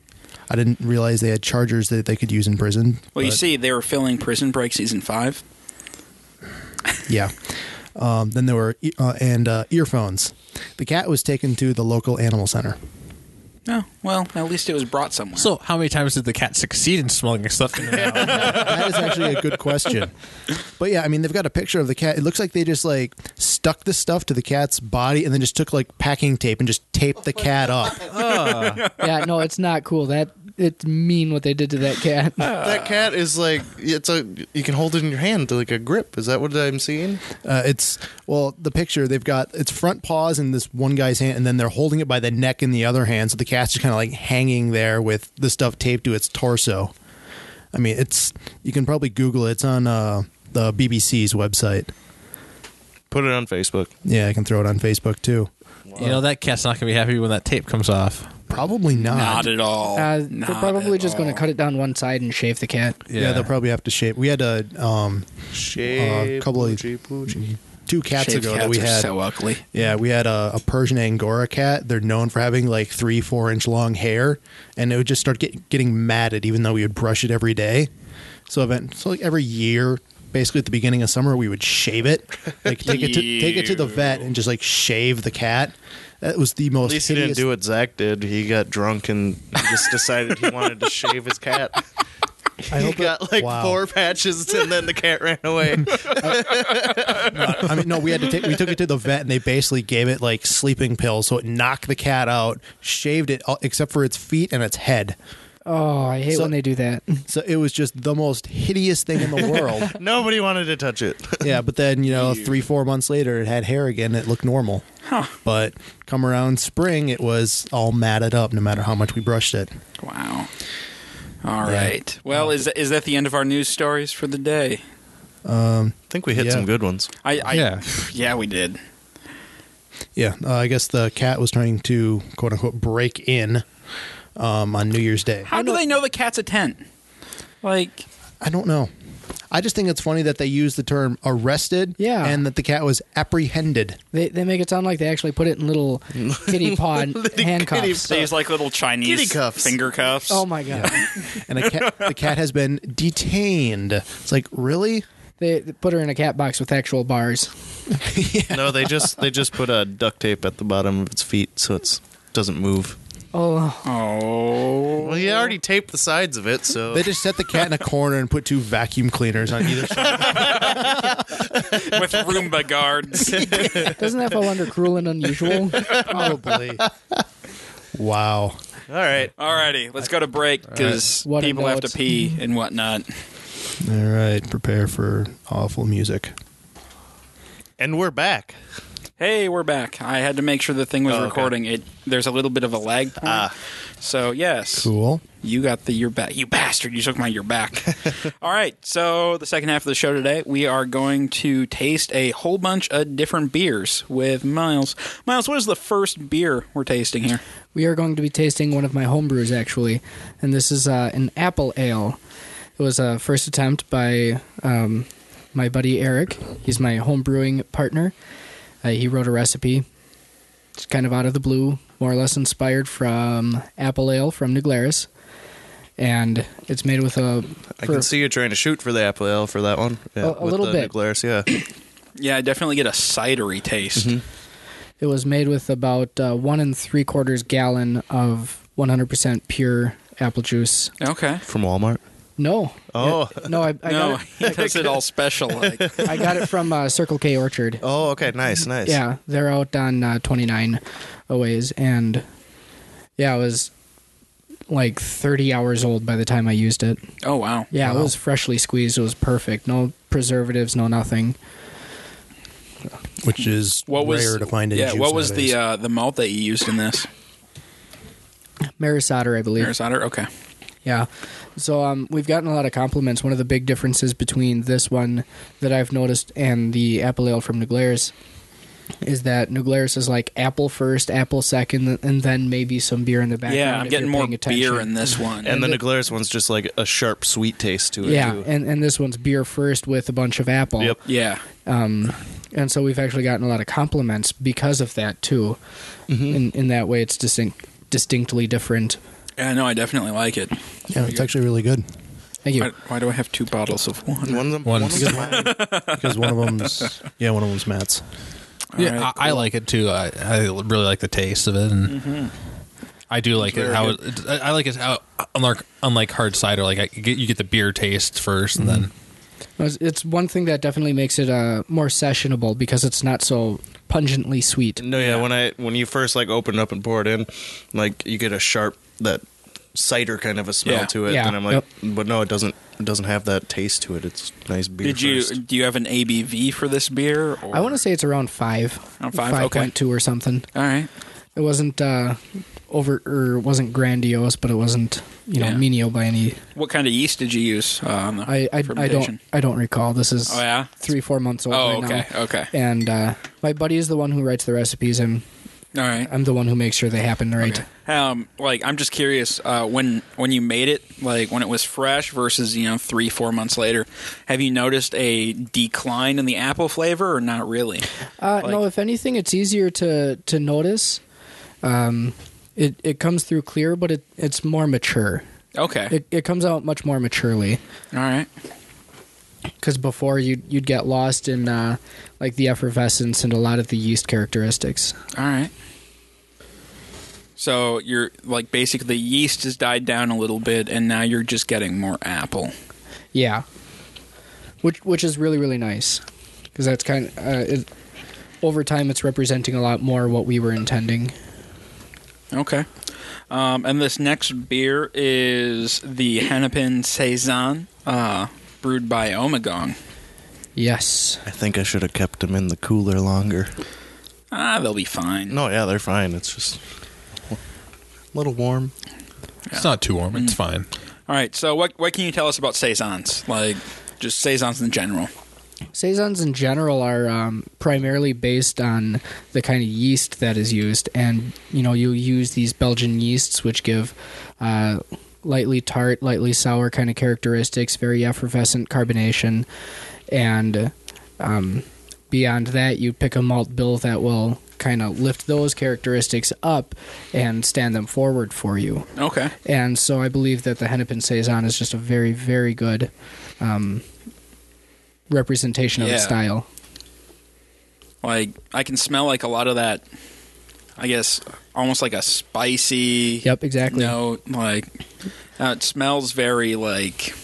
I didn't realize they had chargers that they could use in prison.
Well, you
but-
see, they were filling Prison Break season five.
Yeah. Um, then there were e- uh, and uh, earphones. The cat was taken to the local animal center.
No, well, at least it was brought somewhere.
So, how many times did the cat succeed in smuggling stuff? In and out?
That is actually a good question. But yeah, I mean, they've got a picture of the cat. It looks like they just like stuck the stuff to the cat's body and then just took like packing tape and just taped the cat up.
yeah, no, it's not cool. That it's mean what they did to that cat.
that cat is like it's a you can hold it in your hand like a grip. Is that what I'm seeing?
Uh, it's well, the picture they've got its front paws in this one guy's hand, and then they're holding it by the neck in the other hand. So the cat's just kind of like hanging there with the stuff taped to its torso. I mean, it's you can probably Google it. It's on uh, the BBC's website.
Put it on Facebook.
Yeah, I can throw it on Facebook too.
You know, that cat's not gonna be happy when that tape comes off.
Probably not.
not at all.
Uh,
Not
they're probably
at
just going
all.
to cut it down one side and shave the cat.
yeah. they'll probably have to shave. We had a um,
Shape,
couple of-
poochie, poochie.
two cats
Shaved
ago
cats
that we
are
had.
so ugly.
Yeah, we had a, a Persian Angora cat. They're known for having like three, four inch long hair, and it would just start get, getting matted, even though we would brush it every day. So, event, so like every year, basically at the beginning of summer, we would shave it, like take it to take it to the vet and just like shave the cat. That was the most
At least he
hideous.
didn't do what Zach did. He got drunk and just decided he wanted to shave his cat.
I
He
hope it-
got like
wow.
four patches, and then the cat ran away.
I mean, no, we had to take. We took it to the vet, and they basically gave it like sleeping pills, so it knocked the cat out, shaved it all, except for its feet and its head.
Oh, I hate
So-
when they do that.
So it was just the most hideous thing in the world.
Nobody wanted to touch it.
yeah, but then you know, three four months later, it had hair again. It looked normal. But come around spring, it was all matted up. No matter how much we brushed it.
Wow. All right. Well, is that, is that the end of our news stories for the day?
I think we hit
Yeah.
some good ones.
I, I
Yeah.
yeah, we did.
Yeah, uh, I guess the cat was trying to quote unquote break in um, on New Year's Day.
How do they know the cat's a tent? Like,
I don't know. I just think it's funny that they use the term arrested
Yeah.
and that the cat was apprehended.
They they make it sound like they actually put it in little kitty paw handcuffs.
they use like little Chinese
Kitty cuffs.
finger cuffs.
oh my god!
And a cat, the cat has been detained. It's like, really?
They, they put her in a cat box with actual bars.
No, they just they just put a duct tape at the bottom of its feet so it's doesn't move.
Oh,
Oh.
Well, he already taped the sides of it, so
They just set the cat in a corner and put two vacuum cleaners on either side.
with Roomba guards.
doesn't that fall under cruel and unusual?
Probably. wow.
all right.
Alrighty, let's go to break because
What a
people have to
note.
pee and whatnot.
All right. Prepare for awful music.
And we're back.
Hey, we're back. I had to make sure the thing was recording. It there's a little bit of a lag point. So yes,
Cool.
you got the you're back. You bastard! You took my you're back. All right. So the second half of the show today, we are going to taste a whole bunch of different beers with Miles. Miles, what is the first beer we're tasting here?
We are going to be tasting one of my homebrews, actually, and this is uh, an apple ale. It was a first attempt by um, my buddy Eric. He's my homebrewing partner. Uh, he wrote a recipe. It's kind of out of the blue, more or less inspired from apple ale from New Glarus. And it's made with a.
I
for-
can see you trying to shoot for the Apple Ale for that one. Yeah,
A- a
with
little
the
bit.
Nuclearis, yeah.
Yeah, I definitely get a cidery taste.
Mm-hmm. It was made with about uh, one and three quarters gallon of 100% pure apple juice
Okay.
From Walmart.
No.
Oh.
No, I, I
no,
got it.
he does it all special. Like.
I got it from uh, Circle K Orchard.
Oh, okay. Nice, nice.
Yeah, they're out on uh, 29 a ways, and yeah, I was like 30 hours old by the time I used it.
Oh wow.
Yeah, it was freshly squeezed. It was perfect. No preservatives, no nothing.
which is
What was
rare to find in
yeah?
juice
what was
nowadays.
the uh, the malt that you used in this?
Maris Otter, I believe.
Maris Otter? Okay.
Yeah. So um, we've gotten a lot of compliments. One of the big differences between this one that I've noticed and the apple ale from Nuglaris is that Nuglaris is like apple first, apple second, and then maybe some beer in the background.
Yeah, I'm
if
getting
you're
more
paying attention.
beer in this one.
And the Naglaris one's just like a sharp, sweet taste to it.
Yeah,
too.
and, and this one's beer first with a bunch of apple. Um,
Yep.
yeah,
And so we've actually gotten a lot of compliments because of that too.
Mm-hmm.
In in that way, it's distinct, distinctly different.
yeah, no, I definitely like it.
Yeah, it's actually really good
Thank you.
Why, why do I have two bottles of one?
One of them. One
One-
of them
because one of them's yeah, one of them's Matt's.
yeah,
Alright,
I, I like it too. I, I really like the taste of it, and
Mm-hmm.
I do like it how it, I I like it how unlike unlike hard cider, like I get, you get the beer taste first, and then
Mm-hmm.
It's- It's one thing that definitely makes it uh, more sessionable because it's not so pungently sweet.
No, yeah. When I when you first like opened up and poured in, like you get a sharp that cider kind of a smell
Yeah.
to it,
Yeah.
and I'm like, but no, it doesn't. It doesn't have that taste to it. It's nice beer.
Did you
first.
do you have an ABV for this beer? Or?
I want to say it's around five,
Around five?
five
Okay.
point two or something.
All right.
It wasn't uh, over or it wasn't grandiose, but it wasn't you know
Yeah.
menial by any.
What kind of yeast did you use uh, on the
I I, I
fermentation?
don't I don't recall. This is
Oh, yeah?
three four months old.
Oh,
right
okay,
Now.
okay.
And uh, my buddy is the one who writes the recipes. I'm
All right.
I'm the one who makes sure they happen right.
Um, like I'm just curious uh, when when you made it, like when it was fresh versus you know three four months later, have you noticed a decline in the apple flavor or not really?
Uh, no,
Like-
if anything, it's easier to to notice. Um, it it comes through clear, but it it's more mature.
Okay,
It it comes out much more maturely.
all right,
because before you'd you'd get lost in uh, like the effervescence and a lot of the yeast characteristics.
all right. So you're like basically yeast has died down a little bit, and now you're just getting more apple.
Yeah, which which is really really nice because that's kind of uh, it, over time it's representing a lot more what we were intending.
Okay. Um, and this next beer is the Hennepin Saison, uh, brewed by Omegong.
Yes,
I think I should have kept them in the cooler longer.
Ah, they'll be fine.
No, yeah, they're fine. It's just a little warm.
it's not too warm.
Mm-hmm.
It's fine.
All right. So, what what can you tell us about saisons? Like, just saisons in general.
saisons in general are um, primarily based on the kind of yeast that is used, and you know you use these Belgian yeasts which give. Uh, Lightly tart, lightly sour kind of characteristics, very effervescent carbonation, and um, beyond that, you pick a malt bill that will kind of lift those characteristics up and stand them forward for you.
Okay.
And so I believe that the Hennepin Saison is just a very, very good um, representation of the
Yeah.
style.
Like, I can smell like a lot of that. I guess almost like a spicy.
Yep, exactly.
Note like uh, it smells very like.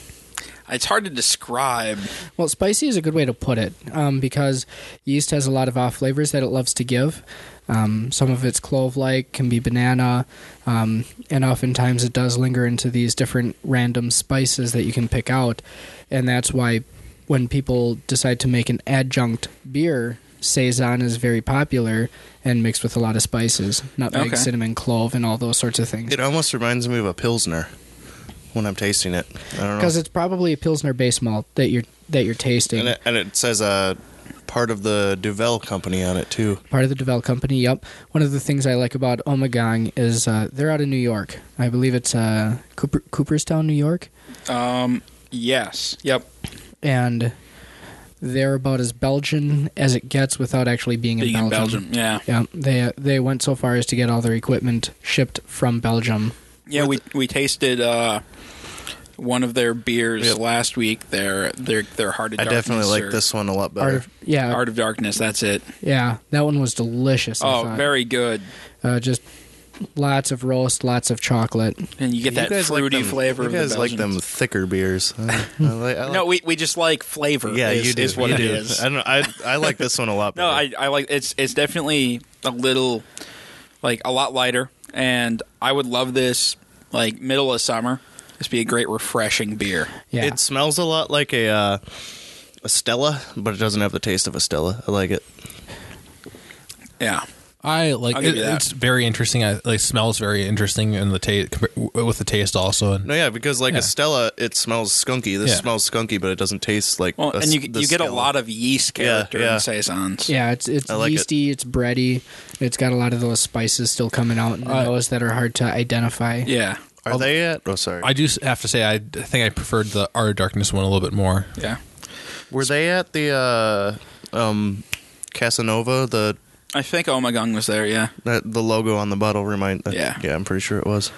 It's hard to describe.
Well, spicy is a good way to put it um, because yeast has a lot of off flavors that it loves to give. Um, some of it's clove like, can be banana, um, and oftentimes it does linger into these different random spices that you can pick out. And that's why when people decide to make an adjunct beer, Saison is very popular and mixed with a lot of spices nutmeg,
Okay.
cinnamon, clove, and all those sorts of things.
It almost reminds me of a pilsner when I'm tasting it. I don't know
Because it's probably a Pilsner base malt that you're that you're tasting.
and it, and it says uh, part of the Duvel company on it too.
part of the Devel company. Yep. One of the things I like about Omegang is uh, they're out of New York. I believe it's uh, Cooper, Cooperstown, New York,
Um. Yes. Yep.
and they're about as Belgian as it gets without actually being,
Being
in
in
Belgium.
Belgium. Yeah.
Yeah, they they went so far as to get all their equipment shipped from Belgium.
Yeah, we we tasted uh, one of their beers
Yep.
last week. Their their their heart of
I
darkness.
definitely
or-
like this one a lot
Art
better.
of, yeah,
heart of darkness. That's it.
yeah, that one was delicious. I
Oh,
thought.
very good.
uh, just lots of roast, lots of chocolate.
and you get that fruity
like them-
flavor.
You
of
guys
the
like
Belgians.
them thicker beers. I, I like, I
No, we,
like-
we just like flavor.
yeah,
is,
you do.
is what
you
it
do.
is.
I don't. know. I I like this one a lot.
No,
better.
I, I like it's it's definitely a little like a lot lighter, and I would love this like middle of summer. This would be a great refreshing beer.
Yeah.
It smells a lot like a uh, a Stella, but it doesn't have the taste of a Stella. I like it.
Yeah,
I like
I'll
it,
give you that.
it's very interesting. I like smells very interesting and the taste with the taste also. And
No, yeah, because like
Yeah.
a Stella, it smells skunky. This
Yeah.
smells skunky, but it doesn't taste like.
well,
a
and you
s- the
you get a
Stella.
lot of yeast
Yeah,
character
yeah.
in saisons.
yeah, it's it's
I like it.
yeasty, it's bready, it's got a lot of those spices still coming out in the
Uh,
nose that are hard to identify.
yeah,
Are they at? Oh, sorry.
I do s- have to say I d- think I preferred the Art of Darkness one a little bit more.
yeah.
Were they at the uh, um, Casanova? The
I think Omegang was there. Yeah,
that, the logo on the bottle remind. uh,
Yeah.
yeah, I'm pretty sure it was.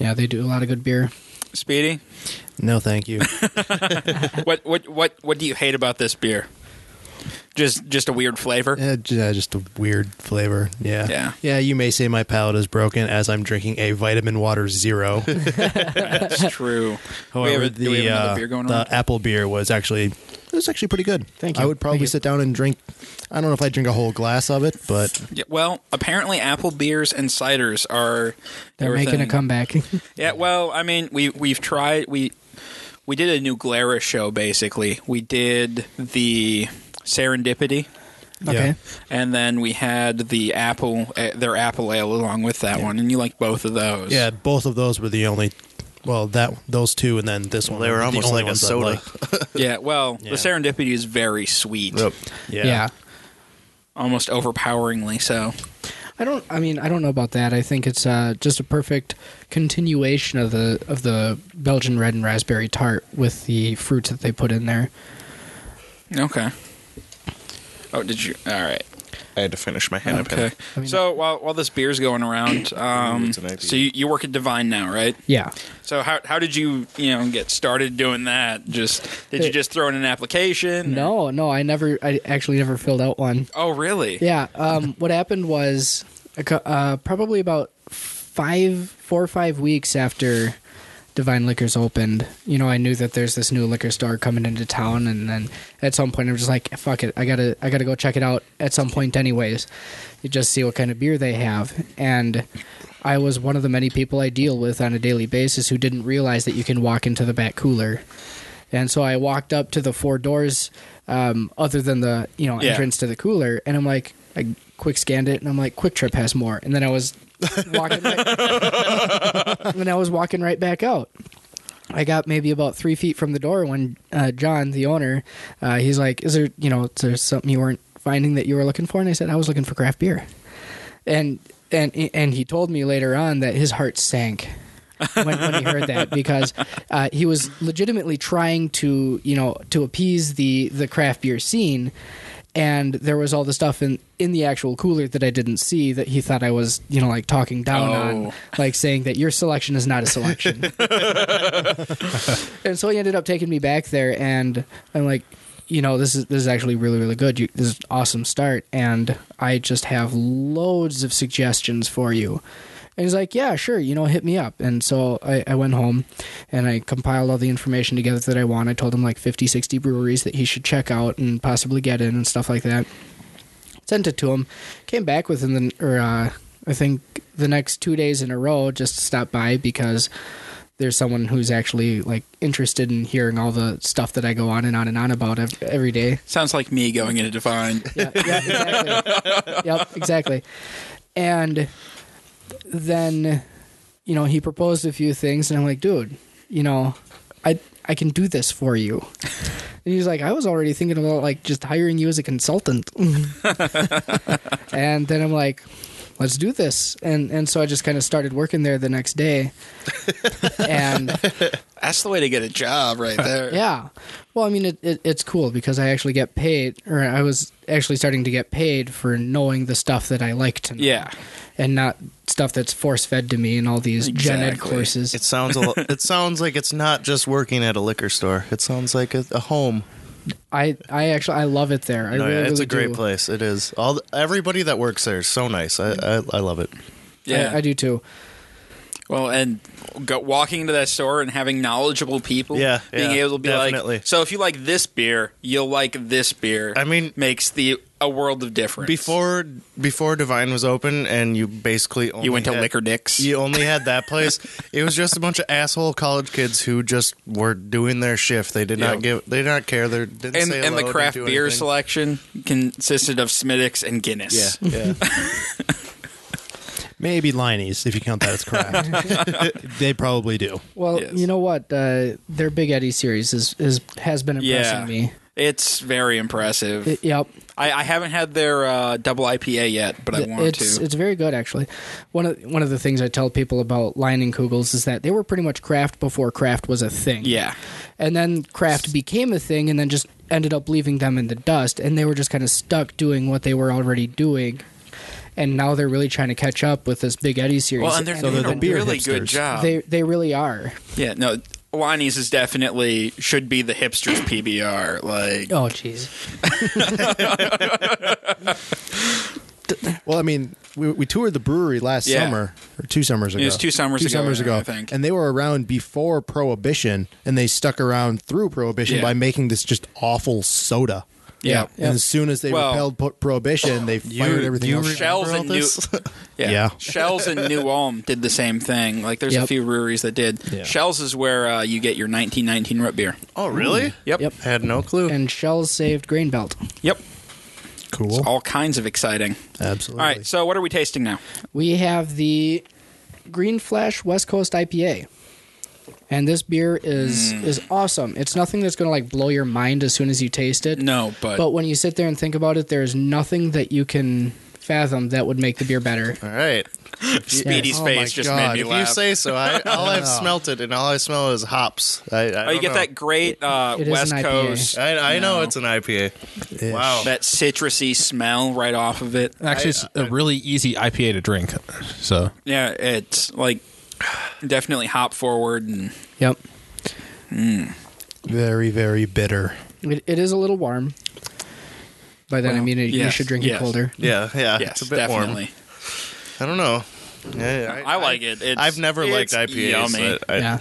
Yeah, they do a lot of good beer.
Speedy.
No, thank you.
what what what what do you hate about this beer? Just just a weird flavor.
Eh, j- yeah, just a weird flavor. Yeah.
Yeah.
Yeah, you may say my palate is broken as I'm drinking a vitamin water zero.
That's true.
However,
we have, a-
the,
do we have another
uh,
beer going
the
on?
apple beer was actually it was actually pretty good.
Thank
I
you.
would probably
Thank you.
sit down and drink. I don't know if I drink a whole glass of it, but
Yeah, well, apparently apple beers and ciders are
They're making a
everything.
comeback.
Yeah, well, I mean, we we've tried we we did a new Glarus show basically. We did the Serendipity
okay.
and then we had the apple eh, their apple ale along with that one and you liked both of those.
yeah, both of those were the only. Well, that those two and then this one.
They were
the
almost
only
like a
ones I
soda.
liked.
Yeah, well,
Yeah.
the Serendipity is very sweet.
Yep.
Yeah.
Yeah.
Almost overpoweringly so.
I don't I mean, I don't know about that. I think it's uh, just a perfect continuation of the of the Belgian red and raspberry tart with the fruits that they put in there.
Okay. Oh, did you? All right.
I had to finish my hand
Okay.
I mean-
so while while this beer's going around, um,
It's an IPA.
so you, you work at Divine now, right?
Yeah.
So how how did you you know get started doing that? Just did you
It-
just throw in an application?
No, no, I never I actually never filled out one.
Oh, really?
Yeah. Um, what happened was a cou- uh, probably about five, four or five weeks after Divine Liquors opened, you know, I knew that there's this new liquor store coming into town, and then at some point I'm just like, fuck it, I gotta, I gotta go check it out at some point, anyways. You just see what kind of beer they have, and I was one of the many people I deal with on a daily basis who didn't realize that you can walk into the back cooler. And so I walked up to the four doors, um, other than the you know
Yeah.
entrance to the cooler, and I'm like, I quick scanned it, and I'm like, Quick Trip has more. And then I was walking, right, and I was walking right back out. I got maybe about three feet from the door when uh, John, the owner, uh, he's like, "Is there you know, is there something you weren't finding that you were looking for?" And I said, "I was looking for craft beer," and and and he told me later on that his heart sank when, when he heard that because uh, he was legitimately trying to you know to appease the the craft beer scene and there was all the stuff in in the actual cooler that I didn't see that he thought I was you know like talking down
Oh.
on like saying that your selection is not a selection and so he ended up taking me back there and I'm like you know this is this is actually really really good you, this is an awesome start and I just have loads of suggestions for you and he's like yeah sure you know hit me up and so I, I went home and I compiled all the information together that I want I told him like 50 60 breweries that he should check out and possibly get in and stuff like that sent it to him. Came back within the or uh, I think the next two days in a row just to stop by because there's someone who's actually like interested in hearing all the stuff that I go on and on and on about ev- every day.
Sounds like me going into Divine.
Yeah, yeah exactly. yep, exactly. And then you know he proposed a few things, and I'm like, dude, you know, I I can do this for you. And he's like, I was already thinking about like just hiring you as a consultant. and then I'm like, let's do this. And and so I just kind of started working there the next day. and
That's the way to get a job, right there.
yeah. Well, I mean, it, it, it's cool because I actually get paid, or I was actually starting to get paid for knowing the stuff that I like to know.
Yeah.
And not stuff that's force fed to me in all these gen ed
Exactly.
courses.
It sounds a lo- it sounds like it's not just working at a liquor store. It sounds like a, a home.
I, I actually, I love it there. I
No,
really,
yeah, it's
really
a great
do.
place. It is. All the- everybody that works there is so nice. I I, I love it.
Yeah.
I, I do too.
Well, and go, walking into that store and having knowledgeable people,
Yeah,
being
yeah,
able to be
definitely.
like, so if you like this beer, you'll like this beer.
I mean-
makes the a world of difference.
Before before Divine was open, and you basically only
you went to
had-
Liquor Dicks,
You only had that place. it was just a bunch of asshole college kids who just were doing their shift. They did
Yeah.
not give. They did not care. They didn't
and
say
and
hello,
the
didn't
craft
do
beer
anything.
selection consisted of Smittix and Guinness.
Yeah, yeah.
Maybe Liney's, if you count that as craft. they probably do.
Well,
Yes.
you know what? Uh, their Big Eddie series is, is has been impressing
Yeah.
me.
It's very impressive.
It- yep,
I, I haven't had their uh, double IPA yet, but I want
it's
to.
it's very good actually. One of one of the things I tell people about Lion and Kugels is that they were pretty much craft before craft was a thing.
yeah,
and then craft became a thing, and then just ended up leaving them in the dust, and they were just kind of stuck doing what they were already doing. And now they're really trying to catch up with this Big Eddie series.
well, and they're doing
they're
a
the beer
really good
hipsters.
job.
they they really are.
yeah, no, Liney's is definitely should be the hipsters PBR. Like,
Oh, jeez.
Well, I mean, we, we toured the brewery last
Yeah.
summer or two summers ago.
was two summers ago,
summers
yeah,
ago,
I think.
And they were around before Prohibition, and they stuck around through Prohibition
Yeah.
by making this just awful soda.
Yeah.
And as soon as they
Well-
repelled po- Prohibition, they fired everything
you
else.
remember
Shells
all
and New,
this?
yeah.
Yeah.
Shells and New Ulm did the same thing. Like there's a
Yep.
few breweries that did.
Yeah.
Shells is where uh, you get your 1919 root beer.
oh, really?
Yep.
Yep.
Had no clue.
And shells saved grain belt.
Yep.
cool.
All kinds of exciting.
Absolutely.
All right. So what are we tasting now?
We have the Green Flash West Coast IPA. And this beer is
Mm.
is awesome. It's nothing that's going to like blow your mind as soon as you taste it.
No, but,
But when you sit there and think about it, there is nothing that you can fathom that would make the beer better.
All right.
Speedy's
Oh my
face just
God.
made me
If
laugh.
you say so, I, all I've smelt it, and all I smell is hops. I, I
oh, you
don't
get
know.
that great uh,
It is an
West
IPA.
Coast,
I, I know it's an IPA. Wow.
that citrusy smell right off of it.
Actually, it's a really easy IPA to drink. So
Yeah, it's like definitely hop forward and
Yep.
Very, very bitter.
It, it is a little warm. By that I
Well,
mean it, you
yes,
should drink
yes.
it colder.
yeah, yeah.
yes,
it's a bit
definitely.
warm. I don't know. Yeah,
I like it. It's,
I've never liked
it's
IPAs.
Yummy.
but I-
yeah.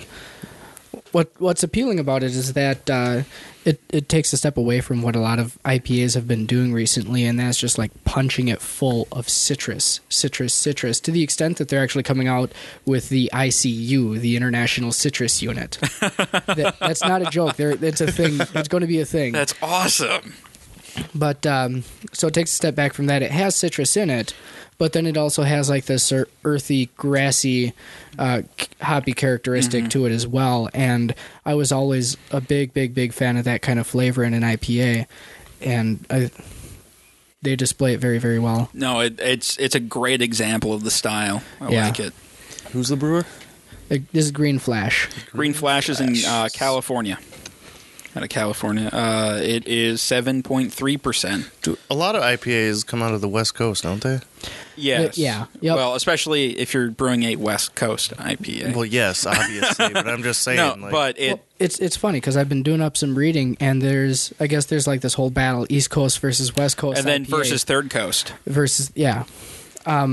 What what's appealing about it is that uh, it it takes a step away from what a lot of IPAs have been doing recently, and that's just like punching it full of citrus, citrus, citrus, to the extent that they're actually coming out with the ICU, the International Citrus Unit. that, that's not a joke. There, it's a thing. It's going to be a thing.
That's awesome.
But um, so it takes a step back from that. It has citrus in it, but then it also has like this er- earthy, grassy, uh, c- hoppy characteristic
Mm-hmm.
to it as well. And I was always a big, big, big fan of that kind of flavor in an IPA, and I, they display it very, very well.
No, it, it's it's a great example of the style. I
Yeah.
like it.
Who's the brewer?
Like, This is Green Flash.
Green Flash is in uh, California. Out of California, uh, it is seven point three percent.
do- a lot of IPAs come out of the West Coast, don't they?
Yes.
yeah, yep.
Well, especially if you're brewing a West Coast IPA.
Well, yes, obviously, but I'm just saying.
no,
like,
but it
Well, it's it's funny because I've been doing up some reading, and there's I guess there's like this whole battle East Coast versus West Coast,
and then
IPA.
versus Third Coast.
versus yeah um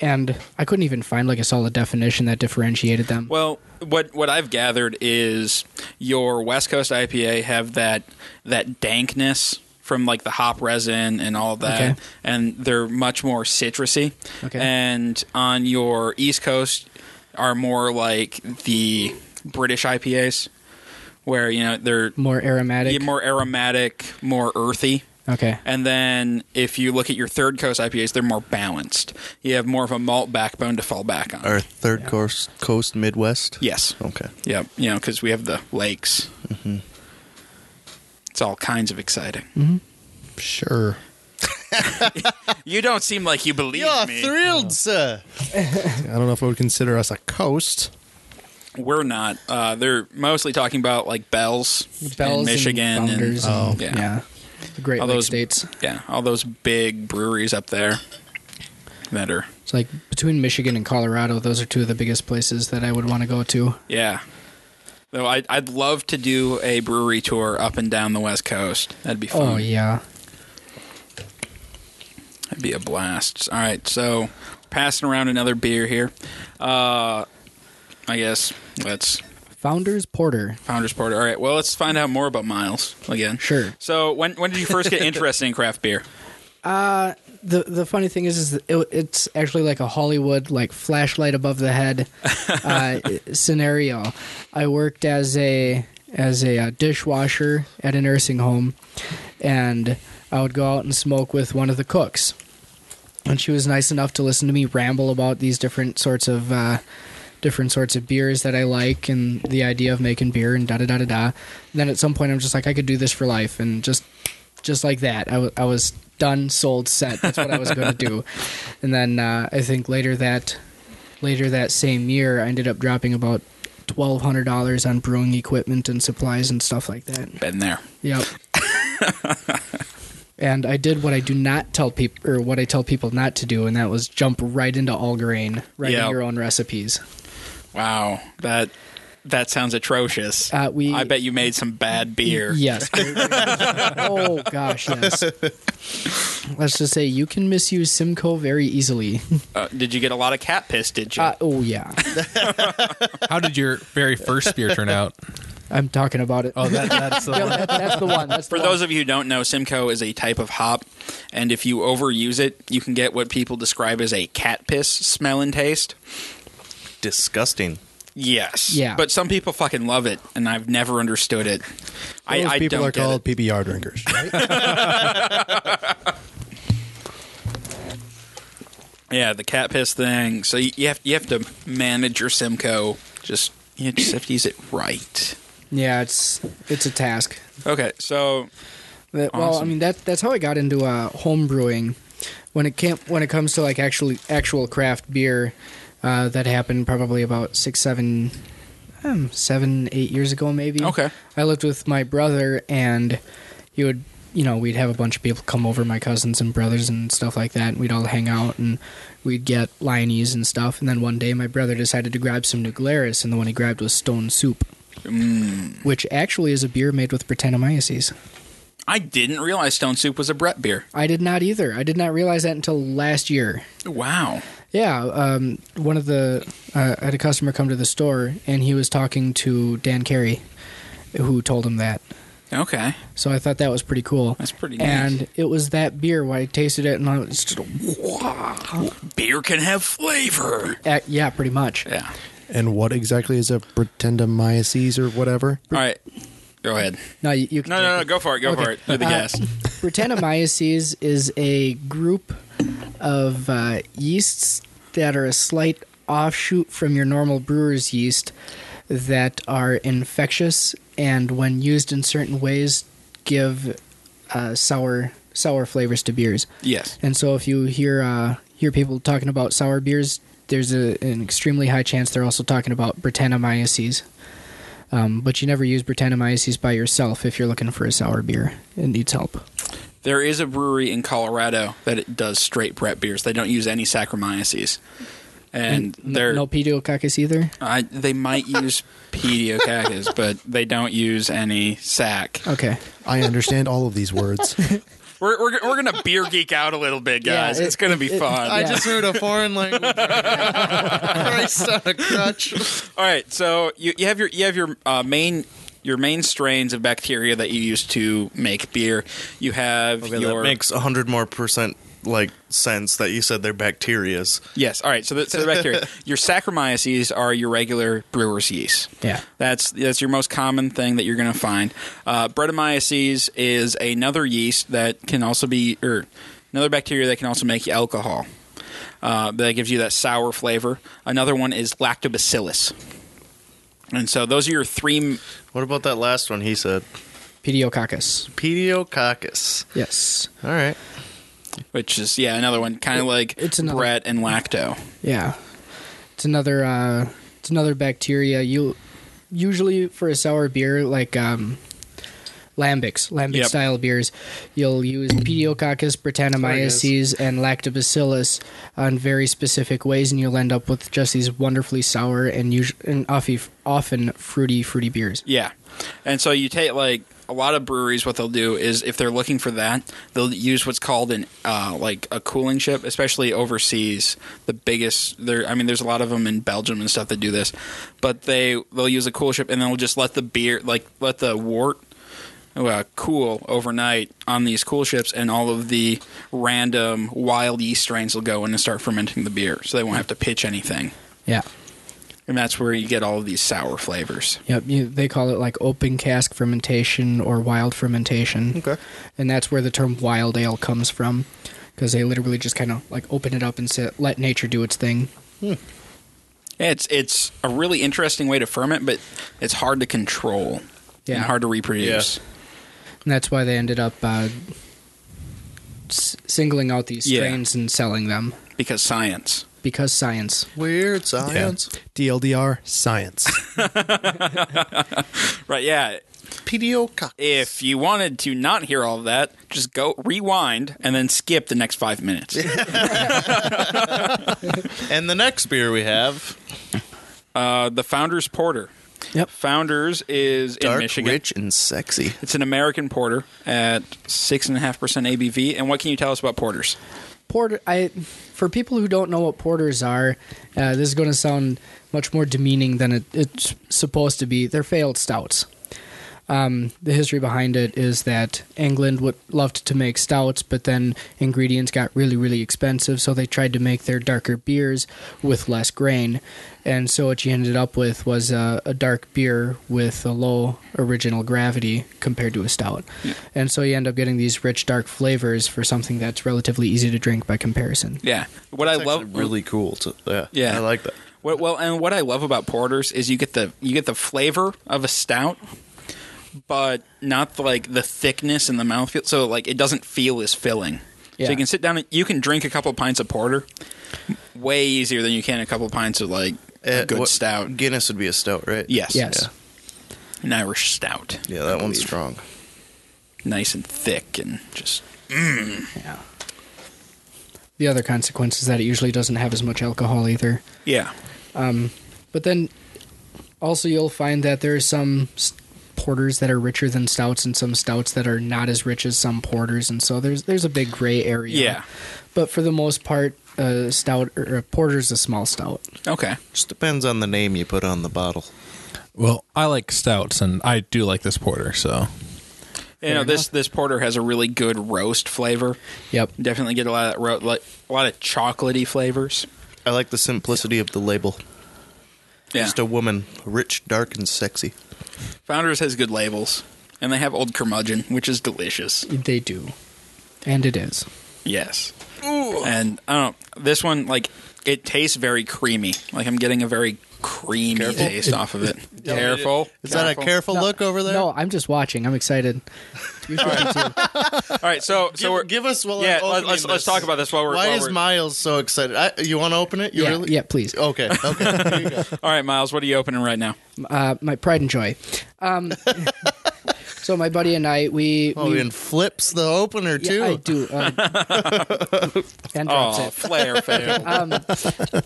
and i couldn't even find like a solid definition that differentiated them
Well, what what I've gathered is your West Coast IPA have that that dankness from like the hop resin and all that,
Okay.
and they're much more citrusy.
Okay.
And on your East Coast are more like the British IPAs, where you know they're
more aromatic
yeah, more aromatic, more earthy.
okay
And then if you look at your Third Coast IPAs, they're more balanced. You have more of a malt backbone to fall back on.
our third coast, coast Midwest.
Yes.
Okay.
Yeah, you know, because we have the lakes.
Mm-hmm.
It's all kinds of exciting.
Sure.
You don't seem like you believe me.
thrilled, sir.
I don't know if I would consider us a coast.
We're not. Uh, they're mostly talking about like bells,
Bells
in
and
Michigan, and,
Founders and-
Oh.
yeah.
yeah the great
All
Lake
those-
states
yeah, all those big breweries up there that are
it's like between michigan and colorado those are two of the biggest places that i would want to go to
yeah. Though I, I'd love to do a brewery tour up and down the West Coast. That'd be fun.
oh yeah
That'd be a blast. All right, so passing around another beer here. Uh, I guess that's
Founders Porter.
Founders Porter. All right. Well, let's find out more about Miles again.
Sure.
So when when did you first get interested in craft beer?
the the funny thing is, is that it, it's actually like a Hollywood like flashlight above the head uh, scenario. I worked as a as a uh, dishwasher at a nursing home, and I would go out and smoke with one of the cooks, and she was nice enough to listen to me ramble about these different sorts of. Uh, different sorts of beers that I like and the idea of making beer and da da da da da. And then at some point I'm just like I could do this for life and just just like that. I, w- I was done, sold, set. That's what I was going to do. And then uh, I think later that later that same year, I ended up dropping about twelve hundred dollars on brewing equipment and supplies and stuff like that.
Been there.
Yep. and I did what I do not tell people, or what I tell people not to do, and that was jump right into all grain, writing
Yeah.
your own recipes.
Wow. That that sounds atrocious.
Uh, we-
I bet you made some bad beer.
Yes. oh gosh, yes. Let's just say you can misuse Simcoe very easily.
Uh, did you get a lot of cat piss? Did you?
Uh, oh yeah,
How did your very first beer turn out?
I'm talking about it.
Oh, that, that's the
Yeah, that- that's the one. That's the
For
one.
those of you who don't know, Simcoe is a type of hop, and if you overuse it, you can get what people describe as a cat piss smell and taste.
Disgusting.
Yes.
Yeah.
But some people fucking love it, and I've never understood it. I,
Those
I
people
don't
are
get
called
it.
PBR drinkers.
Yeah, the cat piss thing. So you, you have you have to manage your Simcoe. Just you just have to use it right.
yeah, it's it's a task.
Okay, so
That- Well, I
Awesome.
mean that that's how I got into uh, home brewing. When it came, when it comes to like actually actual craft beer, uh, that happened probably about six, seven, um, seven, eight years ago, maybe.
Okay.
I lived with my brother, and he would, you know, we'd have a bunch of people come over, my cousins and brothers and stuff like that, and we'd all hang out and we'd get Lyonese and stuff. And then one day, my brother decided to grab some New Glarus, and the one he grabbed was Stone Soup, which actually is a beer made with Brettanomyces.
I didn't realize Stone Soup was a Brett beer.
I did not either. I did not realize that until last year.
Wow.
Yeah, um, one of the uh, I had a customer come to the store and he was talking to Dan Carey, who told him that.
Okay.
So I thought that was pretty cool.
That's pretty neat.
And it was that beer when I tasted it and I was just
Beer can have flavor.
uh, yeah, pretty much.
Yeah.
and what exactly is a pretendamyces or whatever?
All right. Go ahead.
No, you, you can
No,
take
no,
it.
no. Go for it. Go
Okay.
for it. You're the
Uh,
guest.
Brettanomyces is a group of uh, yeasts that are a slight offshoot from your normal brewer's yeast that are infectious and when used in certain ways give uh, sour sour flavors to beers.
Yes.
And so if you hear uh, hear people talking about sour beers, there's a, an extremely high chance they're also talking about Brettanomyces. Um, but you never use Brettanomyces by yourself if you're looking for a sour beer. It needs help.
There is a brewery in Colorado that it does straight Brett beers. They don't use any Saccharomyces. And
n-
they're
no pediococcus either.
I, they might use pediococcus, but they don't use any sac.
Okay,
I understand all of these words.
We're, we're, we're gonna beer geek out a little bit,
Yeah,
guys.
it-
it's gonna be
it-
fun.
I
Yeah.
just heard a foreign language. Christ on a crutch.
All right, so you, you have your you have your uh, main your main strains of bacteria that you use to make beer. You have your
that makes a hundred more percent like sense that you said they're bacterias.
yes. All right, so the, so the bacteria. your Saccharomyces are your regular brewer's yeast.
Yeah.
that's that's your most common thing that you're going to find. Uh, Brettanomyces is another yeast that can also be or another bacteria that can also make alcohol. Uh, that gives you that sour flavor. Another one is lactobacillus. And so those are your three
What about that last one he said?
pediococcus.
Pediococcus.
Yes.
All right.
which is yeah another one kind of like
it's another-
Brett and lacto.
Yeah, it's another uh, it's another bacteria. You usually for a sour beer like um, lambics, lambic
Yep.
style beers, you'll use pediococcus, Brettanomyces, and lactobacillus on very specific ways, and you'll end up with just these wonderfully sour and usually and often often fruity fruity beers.
Yeah, and so you take like a lot of breweries, what they'll do is if they're looking for that, they'll use what's called an uh, like a cooling ship, especially overseas. The biggest, there, I mean, there's a lot of them in Belgium and stuff that do this, but they they'll use a cool ship and they'll just let the beer, like let the wort uh, cool overnight on these cool ships, and all of the random wild yeast strains will go in and start fermenting the beer, so they won't have to pitch anything.
Yeah.
And that's where you get all of these sour flavors.
Yep, you, they call it like open cask fermentation or wild fermentation.
Okay.
And that's where the term wild ale comes from because they literally just kind of like open it up and sit, let nature do its thing.
It's it's a really interesting way to ferment, but it's hard to control
Yeah.
and hard to reproduce.
And that's why they ended up uh, s- singling out these
Yeah.
strains and selling them
Because science.
because science.
Weird science.
DLDR science.
Right, yeah.
PDO
If you wanted to not hear all of that, just go rewind and then skip the next five minutes.
And the next beer we have
Uh, the Founders Porter.
Yep.
Founders is in
dark,
Michigan.
rich, and sexy.
It's an American porter at six and a half percent ABV. And what can you tell us about porters?
Porter, I for people who don't know what porters are, uh, this is going to sound much more demeaning than it, it's supposed to be. They're failed stouts. Um, the history behind it is that England would loved to make stouts, but then ingredients got really, really expensive, so they tried to make their darker beers with less grain, and so what you ended up with was a, a dark beer with a low original gravity compared to a stout, and so you end up getting these rich, dark flavors for something that's relatively easy to drink by comparison.
Yeah. What I
That's
love
actually really cool. To, yeah,
Yeah.
I like that.
What, well, and what I love about porters is you get the you get the flavor of a stout, but not like the thickness in the mouthfeel. So like it doesn't feel as filling.
Yeah.
So you can sit down and you can drink a couple pints of porter, way easier than you can a couple pints of like a
Uh,
good
what-
stout.
Guinness would be a stout, right?
Yes.
Yes.
An Irish stout.
Yeah, that one's strong.
Nice and thick and just
Yeah. The other consequence is that it usually doesn't have as much alcohol either.
yeah.
But then also you'll find that there are some s- porters that are richer than stouts and some stouts that are not as rich as some porters and so there's there's a big gray area.
Yeah.
But for the most part a stout or a porter's a small stout.
Okay.
Just depends on the name you put on the bottle.
Well, I like stouts, and I do like this porter. So
You know this this porter has a really good roast flavor.
Yep.
Definitely get a lot of that ro- like, a lot of chocolatey flavors.
I like the simplicity of the label.
Yeah.
Just a woman, rich, dark, and sexy.
Founders has good labels, and they have old curmudgeon, which is delicious.
They do. And it is.
Yes. And I don't know, this one like it tastes very creamy. Like I'm getting a very creamy taste off of it. Careful.
Is that a careful look over there?
No, I'm just watching. I'm excited. You should be too.
All right, so so
give,
we're
give us while
yeah.
I'm
Let,
opening
us let's
this.
talk about this while we're.
Why
while
is
we're-
Miles so excited? I, you want to open it? You
Yeah,
really? Oh.
yeah, please.
Okay. Okay. Here you go.
All right, Miles, what are you opening right now?
Uh, my pride and joy. Um, so my buddy and I we,
Oh,
we
and flips the opener
Yeah,
too.
I do. Uh, and drops
Oh,
it.
flare fail.
Um,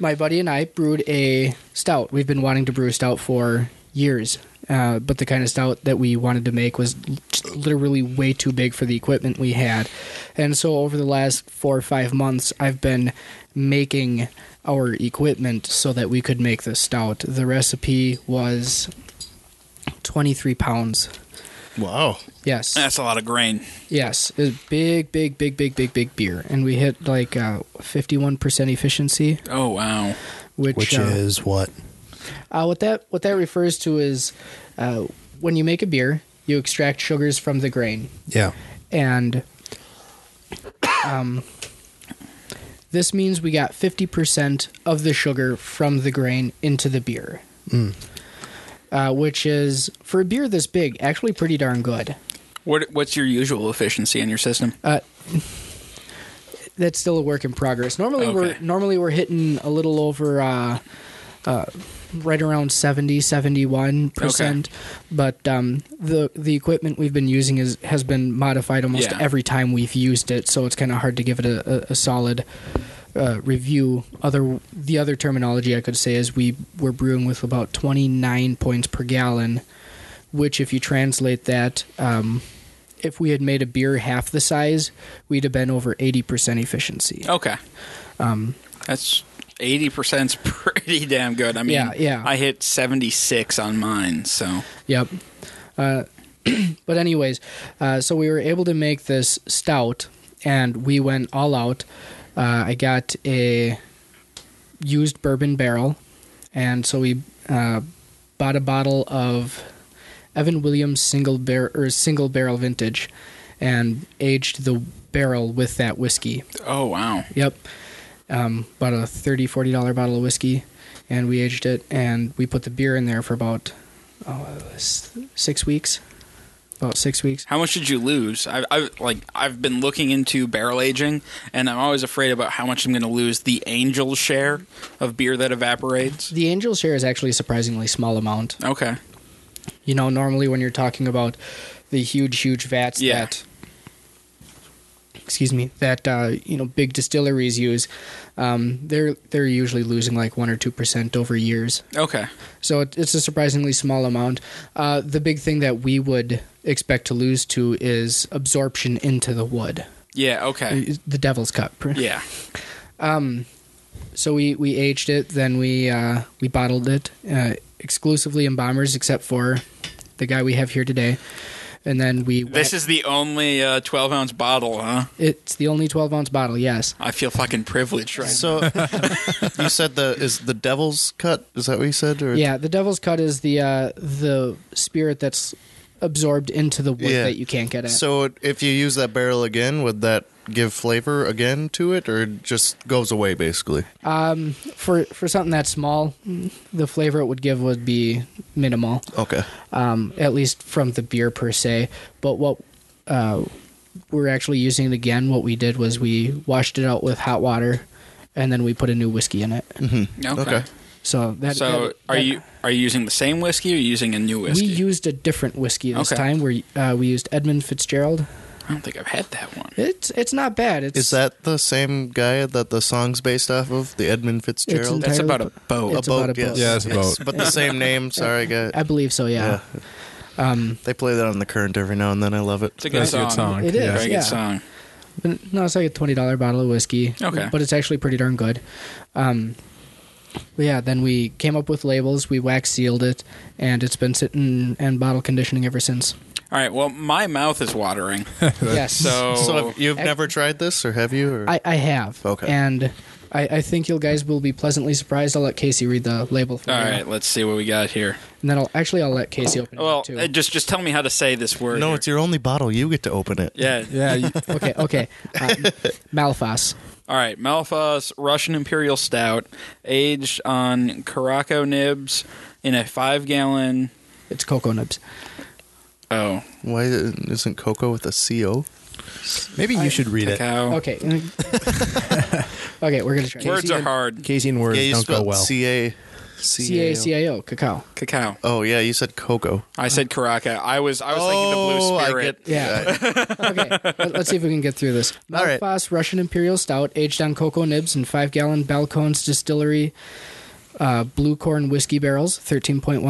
my buddy and I brewed a stout. We've been wanting to brew stout for years, uh, but the kind of stout that we wanted to make was just literally way too big for the equipment we had. And so over the last four or five months, I've been making our equipment so that we could make this stout. The recipe was 23 pounds.
Wow.
Yes.
That's a lot of grain.
Yes, it was big, big, big, big, big, big beer, and we hit like uh, fifty-one percent efficiency,
Oh wow.
which,
which
uh,
is what?
uh, what that what that refers to is uh, when you make a beer, you extract sugars from the grain,
Yeah.
and um, this means we got fifty percent of the sugar from the grain into the beer, uh, which is for a beer this big, actually pretty darn good.
What what's your usual efficiency in your system?
that's still a work in progress. Normally we're
Okay.
normally we're hitting a little over uh, uh, right around 70, 71 percent. But um, the the equipment we've been using is has been modified almost
Yeah.
every time we've used it, so it's kind of hard to give it a, a, a solid. Uh, review other the other terminology I could say is we were brewing with about 29 points per gallon which, if you translate that, um, if we had made a beer half the size, we'd have been over 80% efficiency.
Okay.
Um,
That's eighty percent's pretty damn good. I mean,
Yeah, yeah.
I hit seventy six on mine, so
Yep. Uh, but anyways, uh, so we were able to make this stout, and we went all out. Uh, I got a used bourbon barrel, and so we uh, bought a bottle of Evan Williams single bar- or single barrel vintage, and aged the barrel with that whiskey.
oh wow,
Yep. Um, about a 30 40 dollar bottle of whiskey and we aged it and we put the beer in there for about oh, it was 6 weeks. About 6 weeks.
how much did you lose? I, I like I've been looking into barrel aging, and I'm always afraid about how much I'm going to lose the angel share of beer that evaporates.
The angel share is actually a surprisingly small amount.
Okay,
You know, normally when you're talking about the huge huge vats
Yeah.
that excuse me, that uh, you know, big distilleries use, um, they're they're usually losing like 1 or 2% over years.
okay,
So it, it's a surprisingly small amount. Uh, the big thing that we would expect to lose to is absorption into the wood, uh,
yeah, okay,
the devil's cup. Um,
yeah,
So we, we aged it, then we uh, we bottled it uh, exclusively in bombers, except for the guy we have here today. And then we
this is the only uh, twelve ounce bottle, huh?
it's the only twelve ounce bottle. Yes,
I feel fucking privileged right
So you said the is the devil's cut? Is that what you said? Or
yeah. The devil's cut is the uh, the spirit that's absorbed into the wood
Yeah.
that you can't get at.
So if you use that barrel again, would that give flavor again to it, or it just goes away basically?
for for something that small, the flavor it would give would be minimal,
Okay.
um, at least from the beer per se. But what uh, we're actually using it again, what we did was we washed it out with hot water, and then we put a new whiskey in it.
now. Okay,
Okay.
So that
so
that-
are
that-
you are you using the same whiskey or are you using a new whiskey?
We used a different whiskey this
Okay.
time. Where uh, we used Edmund Fitzgerald.
I don't think I've had that one.
It's it's not bad. It's
Is that the same guy that the song's based off of, the Edmund Fitzgerald?
That's
entirely-
about a boat.
It's about a boat.
yes.
Yeah, it's a
Yes,
boat.
But the same name. Sorry, guy.
I believe so. Yeah. Um,
They play that on the current every now and then. I love it.
It's a good
That's
song.
a good song.
It is,
Yeah.
Very
yeah.
good song.
But no, it's like a twenty dollar bottle of whiskey.
Okay.
but it's actually pretty darn good. Um, but yeah. Then we came up with labels. We wax sealed it, and it's been sitting and bottle conditioning ever since.
All right. Well, my mouth is watering.
yes.
So,
So have, you've never tried this, or have you? Or?
I, I have.
Okay.
And I, I think you guys will be pleasantly surprised. I'll let Casey read the label for
all
you.
right. Let's see what we got here.
And then I'll actually I'll let Casey open it
Well,
up too.
uh, just just tell me how to say this word.
no,
here.
it's your only bottle. You get to open it.
yeah.
Yeah, you-
okay. Okay. Uh, Malfas.
All right. Malfas Russian Imperial Stout, aged on Caraco nibs in a five gallon.
It's cocoa nibs.
Oh,
Why isn't Coco with a CO?
Maybe you should read it.
cacao.
Okay. okay. We're gonna try.
Oh. Words
Casey
are
and-
hard.
Casey and words
yeah, you
don't go
spelled
well.
C A
C A C I O cacao.
Cacao.
Oh yeah, you said Coco.
I said Caraca. I was I was thinking the blue spirit.
Yeah. okay. Let, us see if we can get through this.
All right.
Malfas Russian Imperial Stout, aged on cocoa nibs and five gallon Balcones Distillery uh, Blue Corn Whiskey Barrels, 13.1%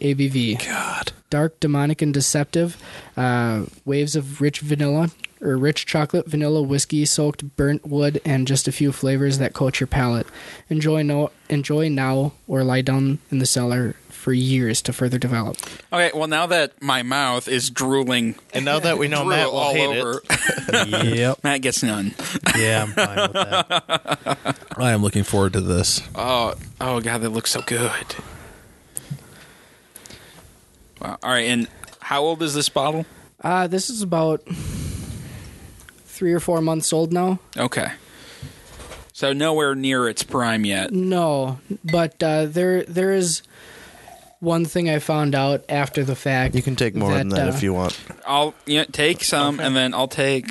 ABV. God. Dark, demonic, and deceptive. Uh, waves of rich vanilla or rich chocolate, vanilla, whiskey, soaked burnt wood, and just a few flavors that coat your palate. Enjoy, no, enjoy now or lie down in the cellar for years to further develop.
Okay. Well, now that my mouth is drooling,
And now that we know
drool
Oh, Matt will
all
hate
over,
it,
yep.
Matt gets none.
Yeah, I'm fine with that.
I am looking forward to this.
Oh, oh god, that looks so good. Wow. All right, and how old is this bottle?
Uh, this is about three or four months old now.
Okay. So nowhere near its prime yet.
No, but uh, there there is one thing I found out after the fact.
you can take more than that
uh,
if you want.
I'll you know, take some, and then I'll take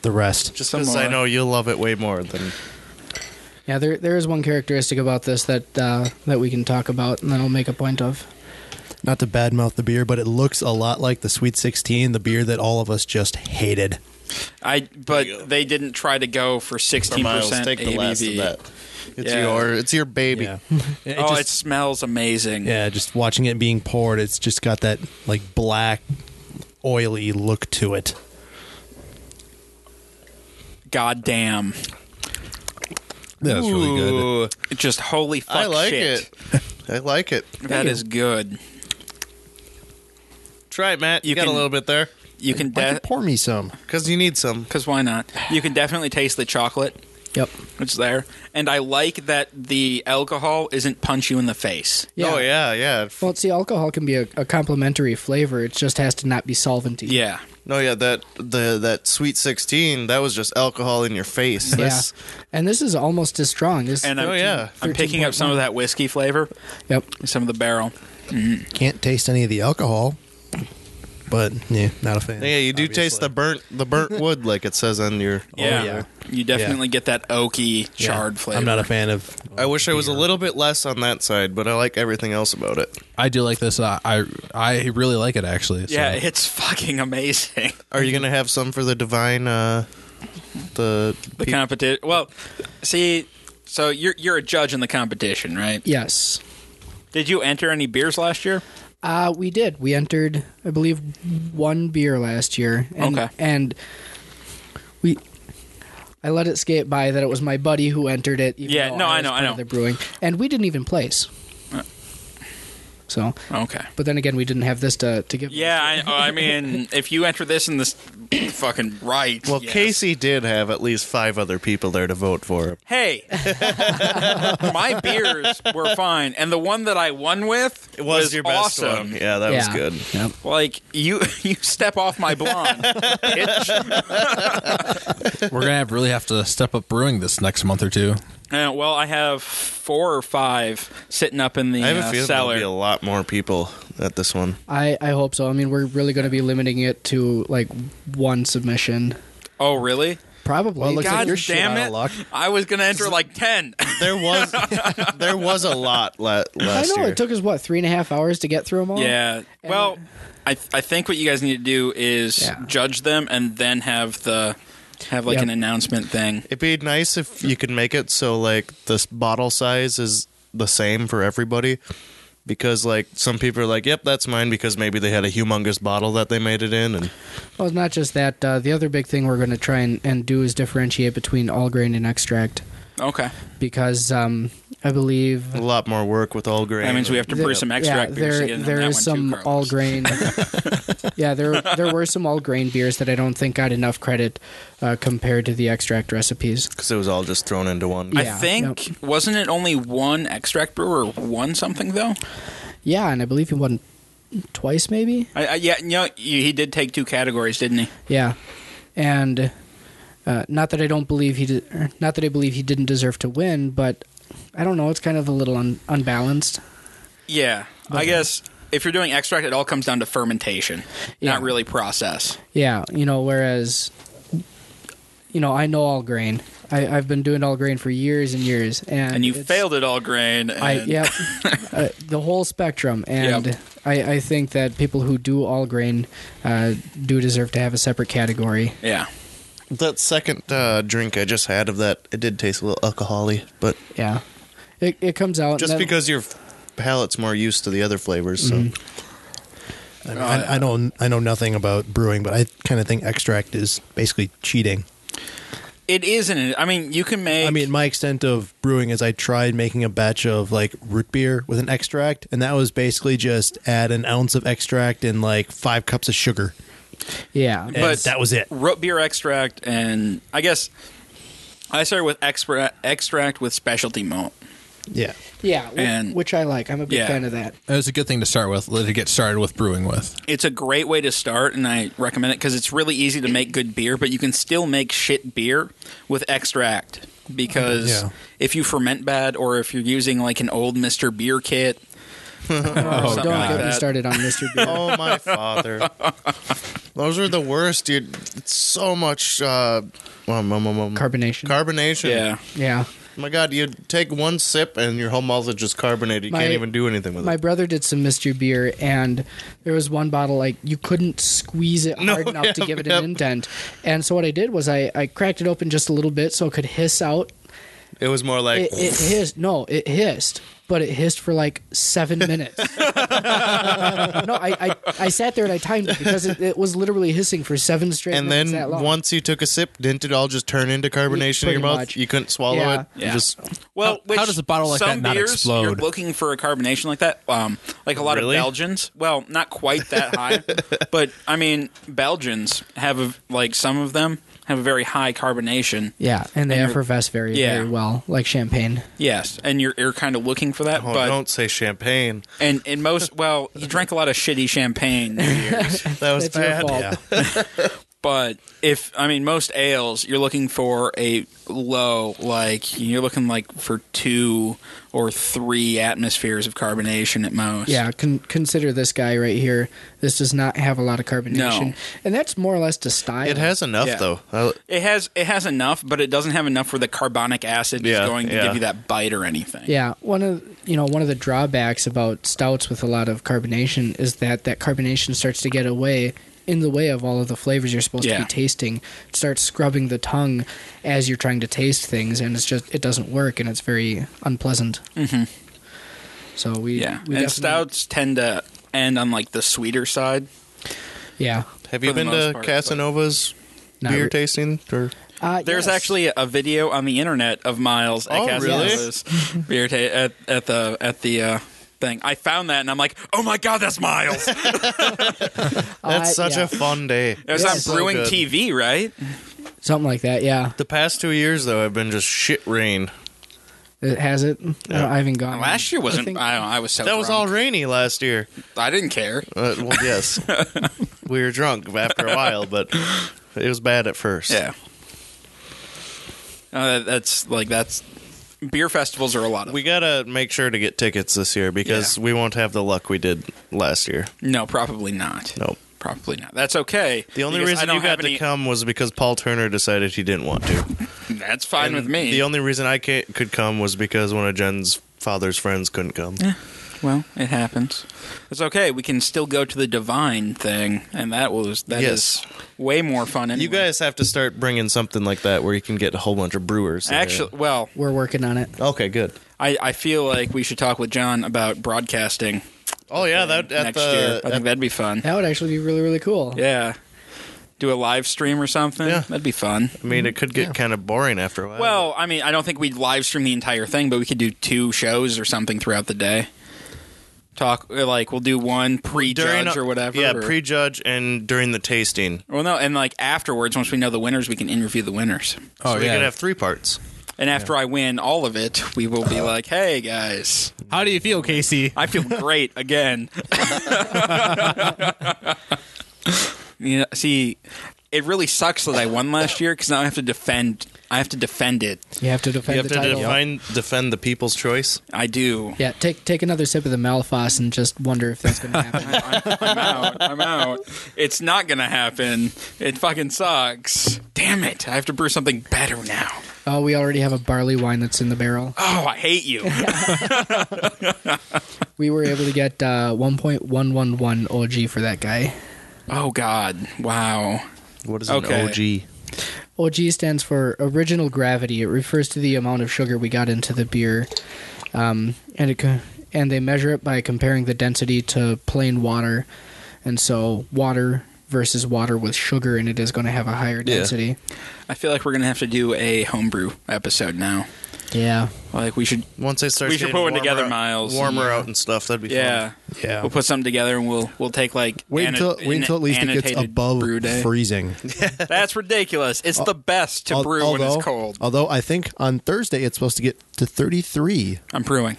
The rest.
just some
Because
more.
I know you'll love it way more than.
Yeah, there there is one characteristic about this that uh, that we can talk about, and then I'll make a point of.
Not to badmouth the beer, but it looks a lot like the Sweet 16, the beer that all of us just hated.
I but
you go.
they didn't try to go for
For
sixteen
Miles,
percent
take the
ABV.
last of that. It's
Yeah.
your it's your baby.
Yeah. It
oh,
just-
it smells amazing.
Yeah, just watching it being poured, it's just got that like black, oily look to it.
God damn.
Yeah, that's really good.
Just holy fuck
I like
shit.
it. I like it.
That is good.
Try it, Matt. You,
You
got
can-
a little bit there
You can
Why don't you
de-
pour me some?
because you need some.
cuz why not? You can definitely taste the chocolate
Yep.
it's there. And I like that the alcohol isn't punch you in the face.
Oh yeah, yeah.
Well, see, alcohol can be a, a complementary flavor. It just has to not be solventy.
Yeah.
No, yeah. That the that sweet sixteen. That was just alcohol in your face.
Yeah.
This,
And this is almost as strong. This,
And I'm,
Oh, yeah.
I'm picking up some of that whiskey flavor,
yep.
some of the barrel.
Can't taste any of the alcohol, but yeah, not a fan.
Yeah, you do taste the burnt the burnt wood like it says on your.
Yeah.
yeah.
You definitely get that oaky
Yeah,
charred flavor.
I'm not a fan of.
I wish I was a little bit less on that side, but I like everything else about it.
I do like this. Uh, I I really like it actually. so-
yeah, it's fucking amazing.
Are you gonna have some for the divine? Uh, the
The competition. Well, see, so you're you're a judge in the competition, right?
Yes.
Did you enter any beers last year?
Uh, we did. We entered, I believe, one beer last year. And,
Okay.
And we, I let it skate by that it was my buddy who entered it. even
Yeah,
though
no, I
was
know, I
part of
know. Uh.
The brewing, and we didn't even place. So,
Okay.
but then again, we didn't have this to to give.
Yeah, I, oh, I mean, if you enter this in this fucking right.
well,
yes.
Casey did have at least five other people there to vote for him.
Hey, my beers were fine, and the one that I won with
It was, your best
awesome.
one. Yeah, that was
Yeah.
good.
Yep.
Like you, you step off my blonde. bitch.
we're gonna have, really have to step up brewing this next month or two.
Uh, well, I have four or five sitting up in the
I have
uh,
a feeling there'll
cellar.
be a lot more people at this one.
I I hope so. I mean, we're really going to be limiting it to like one submission,
Oh, really?
probably.
Well, it looks
God
like you're shit
damn
out
it!
of luck.
I was gonna enter like ten.
There was there was a lot la-
I
last
know
year.
it took us what three and a half hours to get through them all.
yeah. Well, I I think what you guys need to do is
Yeah.
judge them and then have the have like
Yep.
an announcement thing.
It'd be nice if you could make it so like this bottle size is the same for everybody. Because like some people are like, "Yep, that's mine," because maybe they had a humongous bottle that they made it in, and
Well, it's not just that. Uh, the other big thing we're going to try and, and do is differentiate between all grain and extract
Okay.
because um, I believe
a lot more work with all grain.
That means we have to brew some extract
yeah,
beers
there
to get in on
there
that
is
one
some
too, Carlos.
all grain. yeah, there there were some all grain beers that I don't think got enough credit uh, compared to the extract recipes.
because it was all just thrown into one.
I
Yeah,
think wasn't it only one extract brewer one something though?
Yeah, and I believe he won twice, maybe.
I, I, yeah, you know, you- he did take two categories, didn't he?
Yeah, and uh, not that I don't believe he, de- er, not that I believe he didn't deserve to win, but I don't know. It's kind of a little un- unbalanced.
Yeah. I guess if you're doing extract, it all comes down to fermentation,
Yeah.
not really process.
Yeah, you know. Whereas, you know, I know all grain. I, I've been doing all grain for years and years, and
And you
it's-
failed at all grain. And
I yeah, uh, the whole spectrum, and
Yep.
I, I think that people who do all grain uh, do deserve to have a separate category.
Yeah.
That second uh, drink I just had of that, it did taste a little alcoholy, but
Yeah, it it comes out and
just
then-
because your palate's more used to the other flavors. So
Mm-hmm.
I, mean, I, I know I know nothing about brewing, but I kind of think extract is basically cheating.
It isn't. I mean, you can make.
I mean, my extent of brewing is I tried making a batch of like root beer with an extract, and that was basically just add an ounce of extract and like five cups of sugar.
yeah,
And
But-
that was it.
root beer extract and I guess I started with extra, extract with specialty malt.
Yeah.
yeah, wh-
And-
which I like. I'm a big
Yeah.
fan of that.
It was a good thing to start with, to get started with brewing with.
It's a great way to start, and I recommend it because it's really easy to make good beer, but you can still make shit beer with extract because
Yeah.
if you ferment bad or if you're using like an old Mr. Beer kit,
Oh,
something
don't
like
get me
that.
started on Mr. Beer.
Oh my father. Those are the worst, dude. It's so much uh um, um, um, um,
Carbonation.
Carbonation. Oh
yeah,
yeah.
My God, you take one sip and your whole mouth is just carbonated. You
My-
can't even do anything with
My
it.
brother did some Mr. Beer, and there was one bottle like you couldn't squeeze it hard enough to
yep,
give it
yep.
an indent. And so what I did was I, I cracked it open just a little bit so it could hiss out.
It was more like
It, it hissed. No, it hissed, but it hissed for like seven minutes. no, I, I I sat there and I timed it because it, it was literally hissing for seven straight.
and
minutes
then
that long.
once you took a sip, didn't it all just turn into carbonation in
Pretty
your mouth?
much.
You couldn't swallow
Yeah.
it.
Yeah.
You just oh,
Well,
How-
which
how does a bottle like
some
that not
beers, You're
explode?
looking for a carbonation like that, um, like a lot
Really?
of Belgians. Well, not quite that high, but I mean, Belgians have a, like some of them have a very high carbonation.
Yeah, and they
And you're-
effervesce very,
Yeah.
very well, like champagne.
Yes, and you're you're kind of looking for that,
oh,
but
don't say champagne.
and in most well, you drank a lot of shitty champagne.
That was
That's
bad.
your fault.
But if I mean most ales, you're looking for a low, like you're looking like for two or three atmospheres of carbonation at most.
Yeah, con- consider this guy right here. This does not have a lot of carbonation,
No.
and that's more or less to style.
It has enough
Yeah.
though. I-
it has it has enough, but it doesn't have enough where the carbonic acid
Yeah,
is going to
yeah.
give you that bite or anything.
Yeah, one of you know one of the drawbacks about stouts with a lot of carbonation is that that carbonation starts to get away in the way of all of the flavors you're supposed to
Yeah.
be tasting. It starts scrubbing the tongue as you're trying to taste things, and it's just it doesn't work, and it's very unpleasant. Mm-hmm. So we
yeah.
we definitely-
and stouts tend to end on like the sweeter side.
yeah
have you
For the
been
most
to
part, but-
Casanova's
Not
beer
re-
tasting? Or
uh,
There's
yes.
actually a video on the internet of Miles at
Oh,
Casanova's beer ta- at at the at the uh, thing. I found that and I'm like, oh my god, that's Miles. it
that's
Uh,
such
yeah.
a fun day.
was
Yeah,
on
so
Brewing
good.
TV, right?
something like that. Yeah,
The past two years though have been just shit rain.
it has it. I, don't, I haven't gone
Last year wasn't. I,
think-
don't know, I was so.
That was all
drunk.
rainy last year.
I didn't care.
Uh, well, yes, we were drunk after a while, but it was bad at first.
Yeah. Uh, that's like that's beer festivals are a lot of
We gotta make sure to get tickets this year because
Yeah.
we won't have the luck we did last year.
No, probably not.
Nope.
Probably not. That's okay.
The only
because I
reason
don't
you got
have any-
to come was because Paul Turner decided he didn't want to.
That's fine with me.
The only reason I can't, could come was because one of Jen's father's friends couldn't come.
well, it happens. It's okay. We can still go to the divine thing, and that was that is
Yes.
way more fun. Anyway.
You guys have to start bringing something like that where you can get a whole bunch of brewers. there.
actually, well,
We're working on it.
okay, good.
I, I feel like we should talk with John about broadcasting
Oh yeah, that at
next year.
the
I think that'd be fun.
That would actually be really really cool.
Yeah, do a live stream or something.
Yeah. Uh,
That'd be fun.
I mean, it could get kind of boring after a while.
Well, I mean, I don't think we'd live stream the entire thing, but we could do two shows or something throughout the day. Talk like we'll do one
during
pre-judge or whatever.
Yeah,
or-
prejudge and during the tasting.
Well, no, and like afterwards, once we know the winners, we can interview the winners.
Oh
so we could have three parts.
And after I win all of it, we will be like, "Hey guys,
How do you feel, Casey?
I feel great again." you know, see, it really sucks that I won last year because now I have to defend. I have to defend it.
You have to defend
You have
the
to
title.
define, defend the people's choice.
I do.
Yeah, take take another sip of the Malfoss and just wonder if that's going to happen.
I'm, I'm out. I'm out. It's not gonna happen. It fucking sucks. Damn it! I have to brew something better now.
oh, we already have a barley wine that's in the barrel.
Oh, I hate you.
We were able to get uh, 1.111 OG for that guy.
oh God! Wow.
What is
Okay.
an OG?
OG stands for original gravity. It refers to the amount of sugar we got into the beer, um, and it co- and they measure it by comparing the density to plain water, and so water versus water with sugar, and it is going to have a higher density.
I feel like we're gonna have to do a homebrew episode now.
Yeah,
Like we should.
Once they start,
We should
getting
put one
warmer
together,
out-
Miles.
Warmer out and stuff. That'd be
Yeah.
fun.
Yeah.
We'll put something together and we'll we'll take like
Wait
anno-
until wait
an
until at least it gets
annotated
above
brew day.
freezing.
That's ridiculous. It's the best to
Al-
brew when it's cold.
Although uh, I think on Thursday it's supposed to get to 33.
I'm brewing.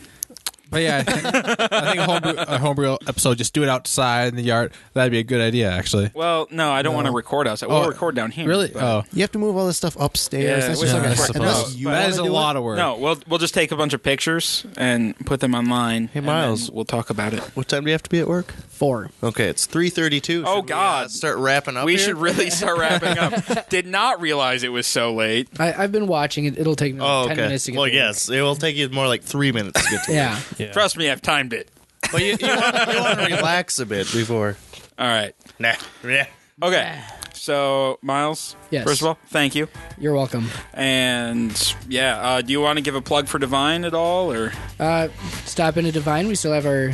But yeah, I think, I think a, homebrew, a homebrew episode, just do it outside in the yard. That'd be a good idea, actually.
Well, no, I don't want to record outside. We'll
Oh,
record down here.
Really?
but-
Oh,
Uh, You have to move all this stuff upstairs.
Yeah,
That's
we
just
don't
like
get
a,
to
unless
propose.
you
that
wanna
is a
do
lot
it.
of work.
No, we'll we'll just take a bunch of pictures and put them online. Hey,
Miles.
we'll talk about it.
What time do you have to be at work?
Four.
Okay, it's three thirty-two.
Oh, God.
start wrapping up.
we
here?
should really start wrapping up. Did not realize it was so late.
I, I've been watching it. It'll take me like
Oh,
ten
okay.
minutes to get.
well,
to work.
yes, it will take you more like three minutes to get to.
Yeah.
Trust me, I've timed it.
But you, you, want, you want to relax a bit before.
All right.
Nah, yeah.
Okay. So, Miles,
Yes.
first of all, thank you.
You're welcome.
And yeah, uh, do you want to give a plug for Divine at all, or
Uh, stop into Divine. We still have our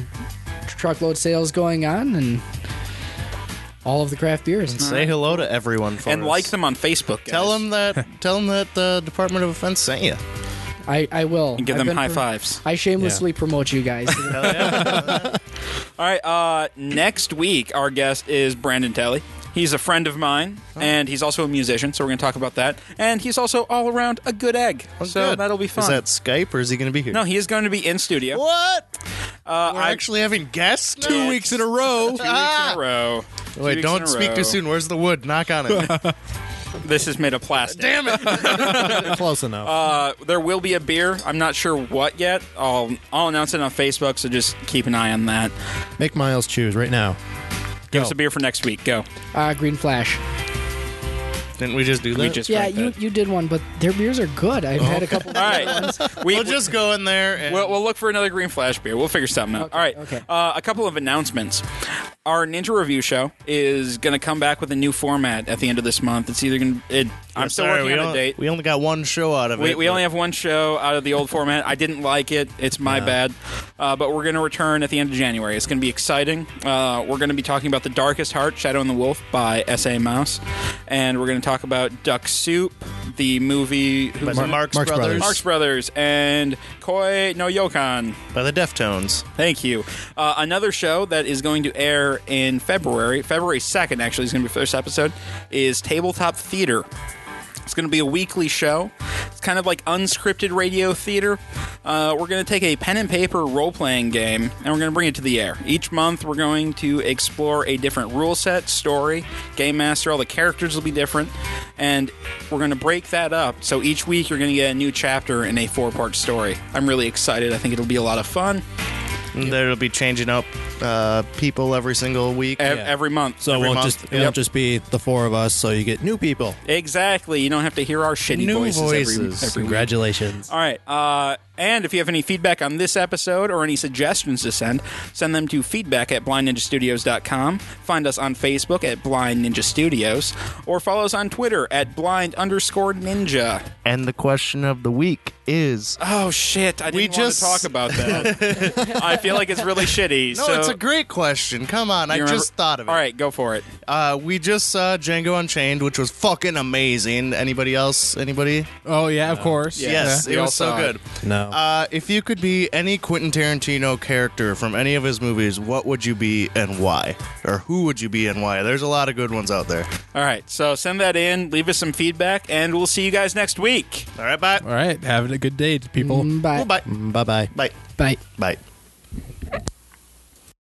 truckload sales going on and all of the craft beers.
Say hello to everyone for
and
us.
like them on Facebook? Guys.
Tell them that. Tell them that the Department of Defense sent you.
I, I will.
and give
I've
them
been
high
pro-
fives.
I shamelessly promote you guys.
All right. Uh, next week, our guest is Brandon Telly. He's a friend of mine,
Oh.
and he's also a musician, so we're going to talk about that. And he's also all around a good egg,
Oh,
so
good.
that'll be fun.
Is that Skype or is he going to be here?
no, he is going to be in studio.
What?
Uh,
We're
I-
actually having guests. Now?
Two weeks in a row.
two weeks in a row. Two
Ah! Wait,
weeks in
don't
a
speak
row.
too soon. Where's the wood? Knock on it.
This is made of plastic.
Damn it.
Close enough.
Uh, there will be a beer. I'm not sure what yet. I'll I'll announce it on Facebook, so just keep an eye on that.
Make Miles choose right now.
Give
Oh.
us a beer for next week. Go.
uh, Green Flash.
Didn't we just do that?
We just
Yeah,
drank
you
that.
you did one, but their beers are good. I've had a couple.
All right. We,
We'll just go in there and
We'll, we'll look for another green flash beer. We'll figure something out.
Okay,
All right.
okay.
Uh, a couple of announcements. Our Ninja Review show is going to come back with a new format at the end of this month. It's either going it, to. I'm still
Sorry,
working
we
on a
don't-
date.
We only got one show out of
We,
it.
we
but-
only have one show out of the old format. I didn't like it. It's my bad. Uh, but we're going to return at the end of January. It's going to be exciting. Uh, we're going to be talking about The Darkest Heart, Shadow and the Wolf by S.A. Mouse. And we're going to talk about Duck Soup, the movie. who was
by
in it?
Marx,
Marx
Brothers,
Brothers.
Marx Brothers and Koi no Yokan.
by the Deftones.
Thank you. Uh, another show that is going to air in February, February 2nd, actually, is going to be the first episode, is Tabletop Theater. It's going to be a weekly show. It's kind of like unscripted radio theater. Uh, we're going to take a pen and paper role playing game and we're going to bring it to the air. Each month, we're going to explore a different rule set, story, game master. All the characters will be different. And we're going to break that up. So each week, you're going to get a new chapter in a four part story. I'm really excited. I think it'll be a lot of fun.
And There'll be changing up uh, people every single week.
Ev- every month.
so it
every
won't
month.
just it won't
Yep.
just be the four of us. So you get new people.
exactly. You don't have to hear our shitty
New
voices,
voices.
every, every week.
Congratulations.
All right. Uh, and if you have any feedback on this episode or any suggestions to send, send them to feedback at blindninjastudios.com. Find us on Facebook at Blind Ninja Studios or follow us on Twitter at blind underscore ninja.
and the question of the week is.
Oh, shit. I didn't
We
want
just-
to talk about that. I feel like it's really shitty.
No,
so-
Oh, it's a great question. Come on, I
You remember-
just thought of it.
All right, go for it.
uh, we just saw Django Unchained, which was fucking amazing. Anybody else? Anybody?
Oh yeah, of course.
Yes,
we
it
all
was so
saw
good.
it.
No.
Uh, if you could be any Quentin Tarantino character from any of his movies, what would you be and why? Or who would you be and why? There's a lot of good ones out there.
All right. So send that in, leave us some feedback, and we'll see you guys next week.
All right, bye.
Mm-hmm.
All right. Have a good day, people.
Mm,
Well,
Bye.
bye.
bye bye.
Bye.
Bye.
Bye.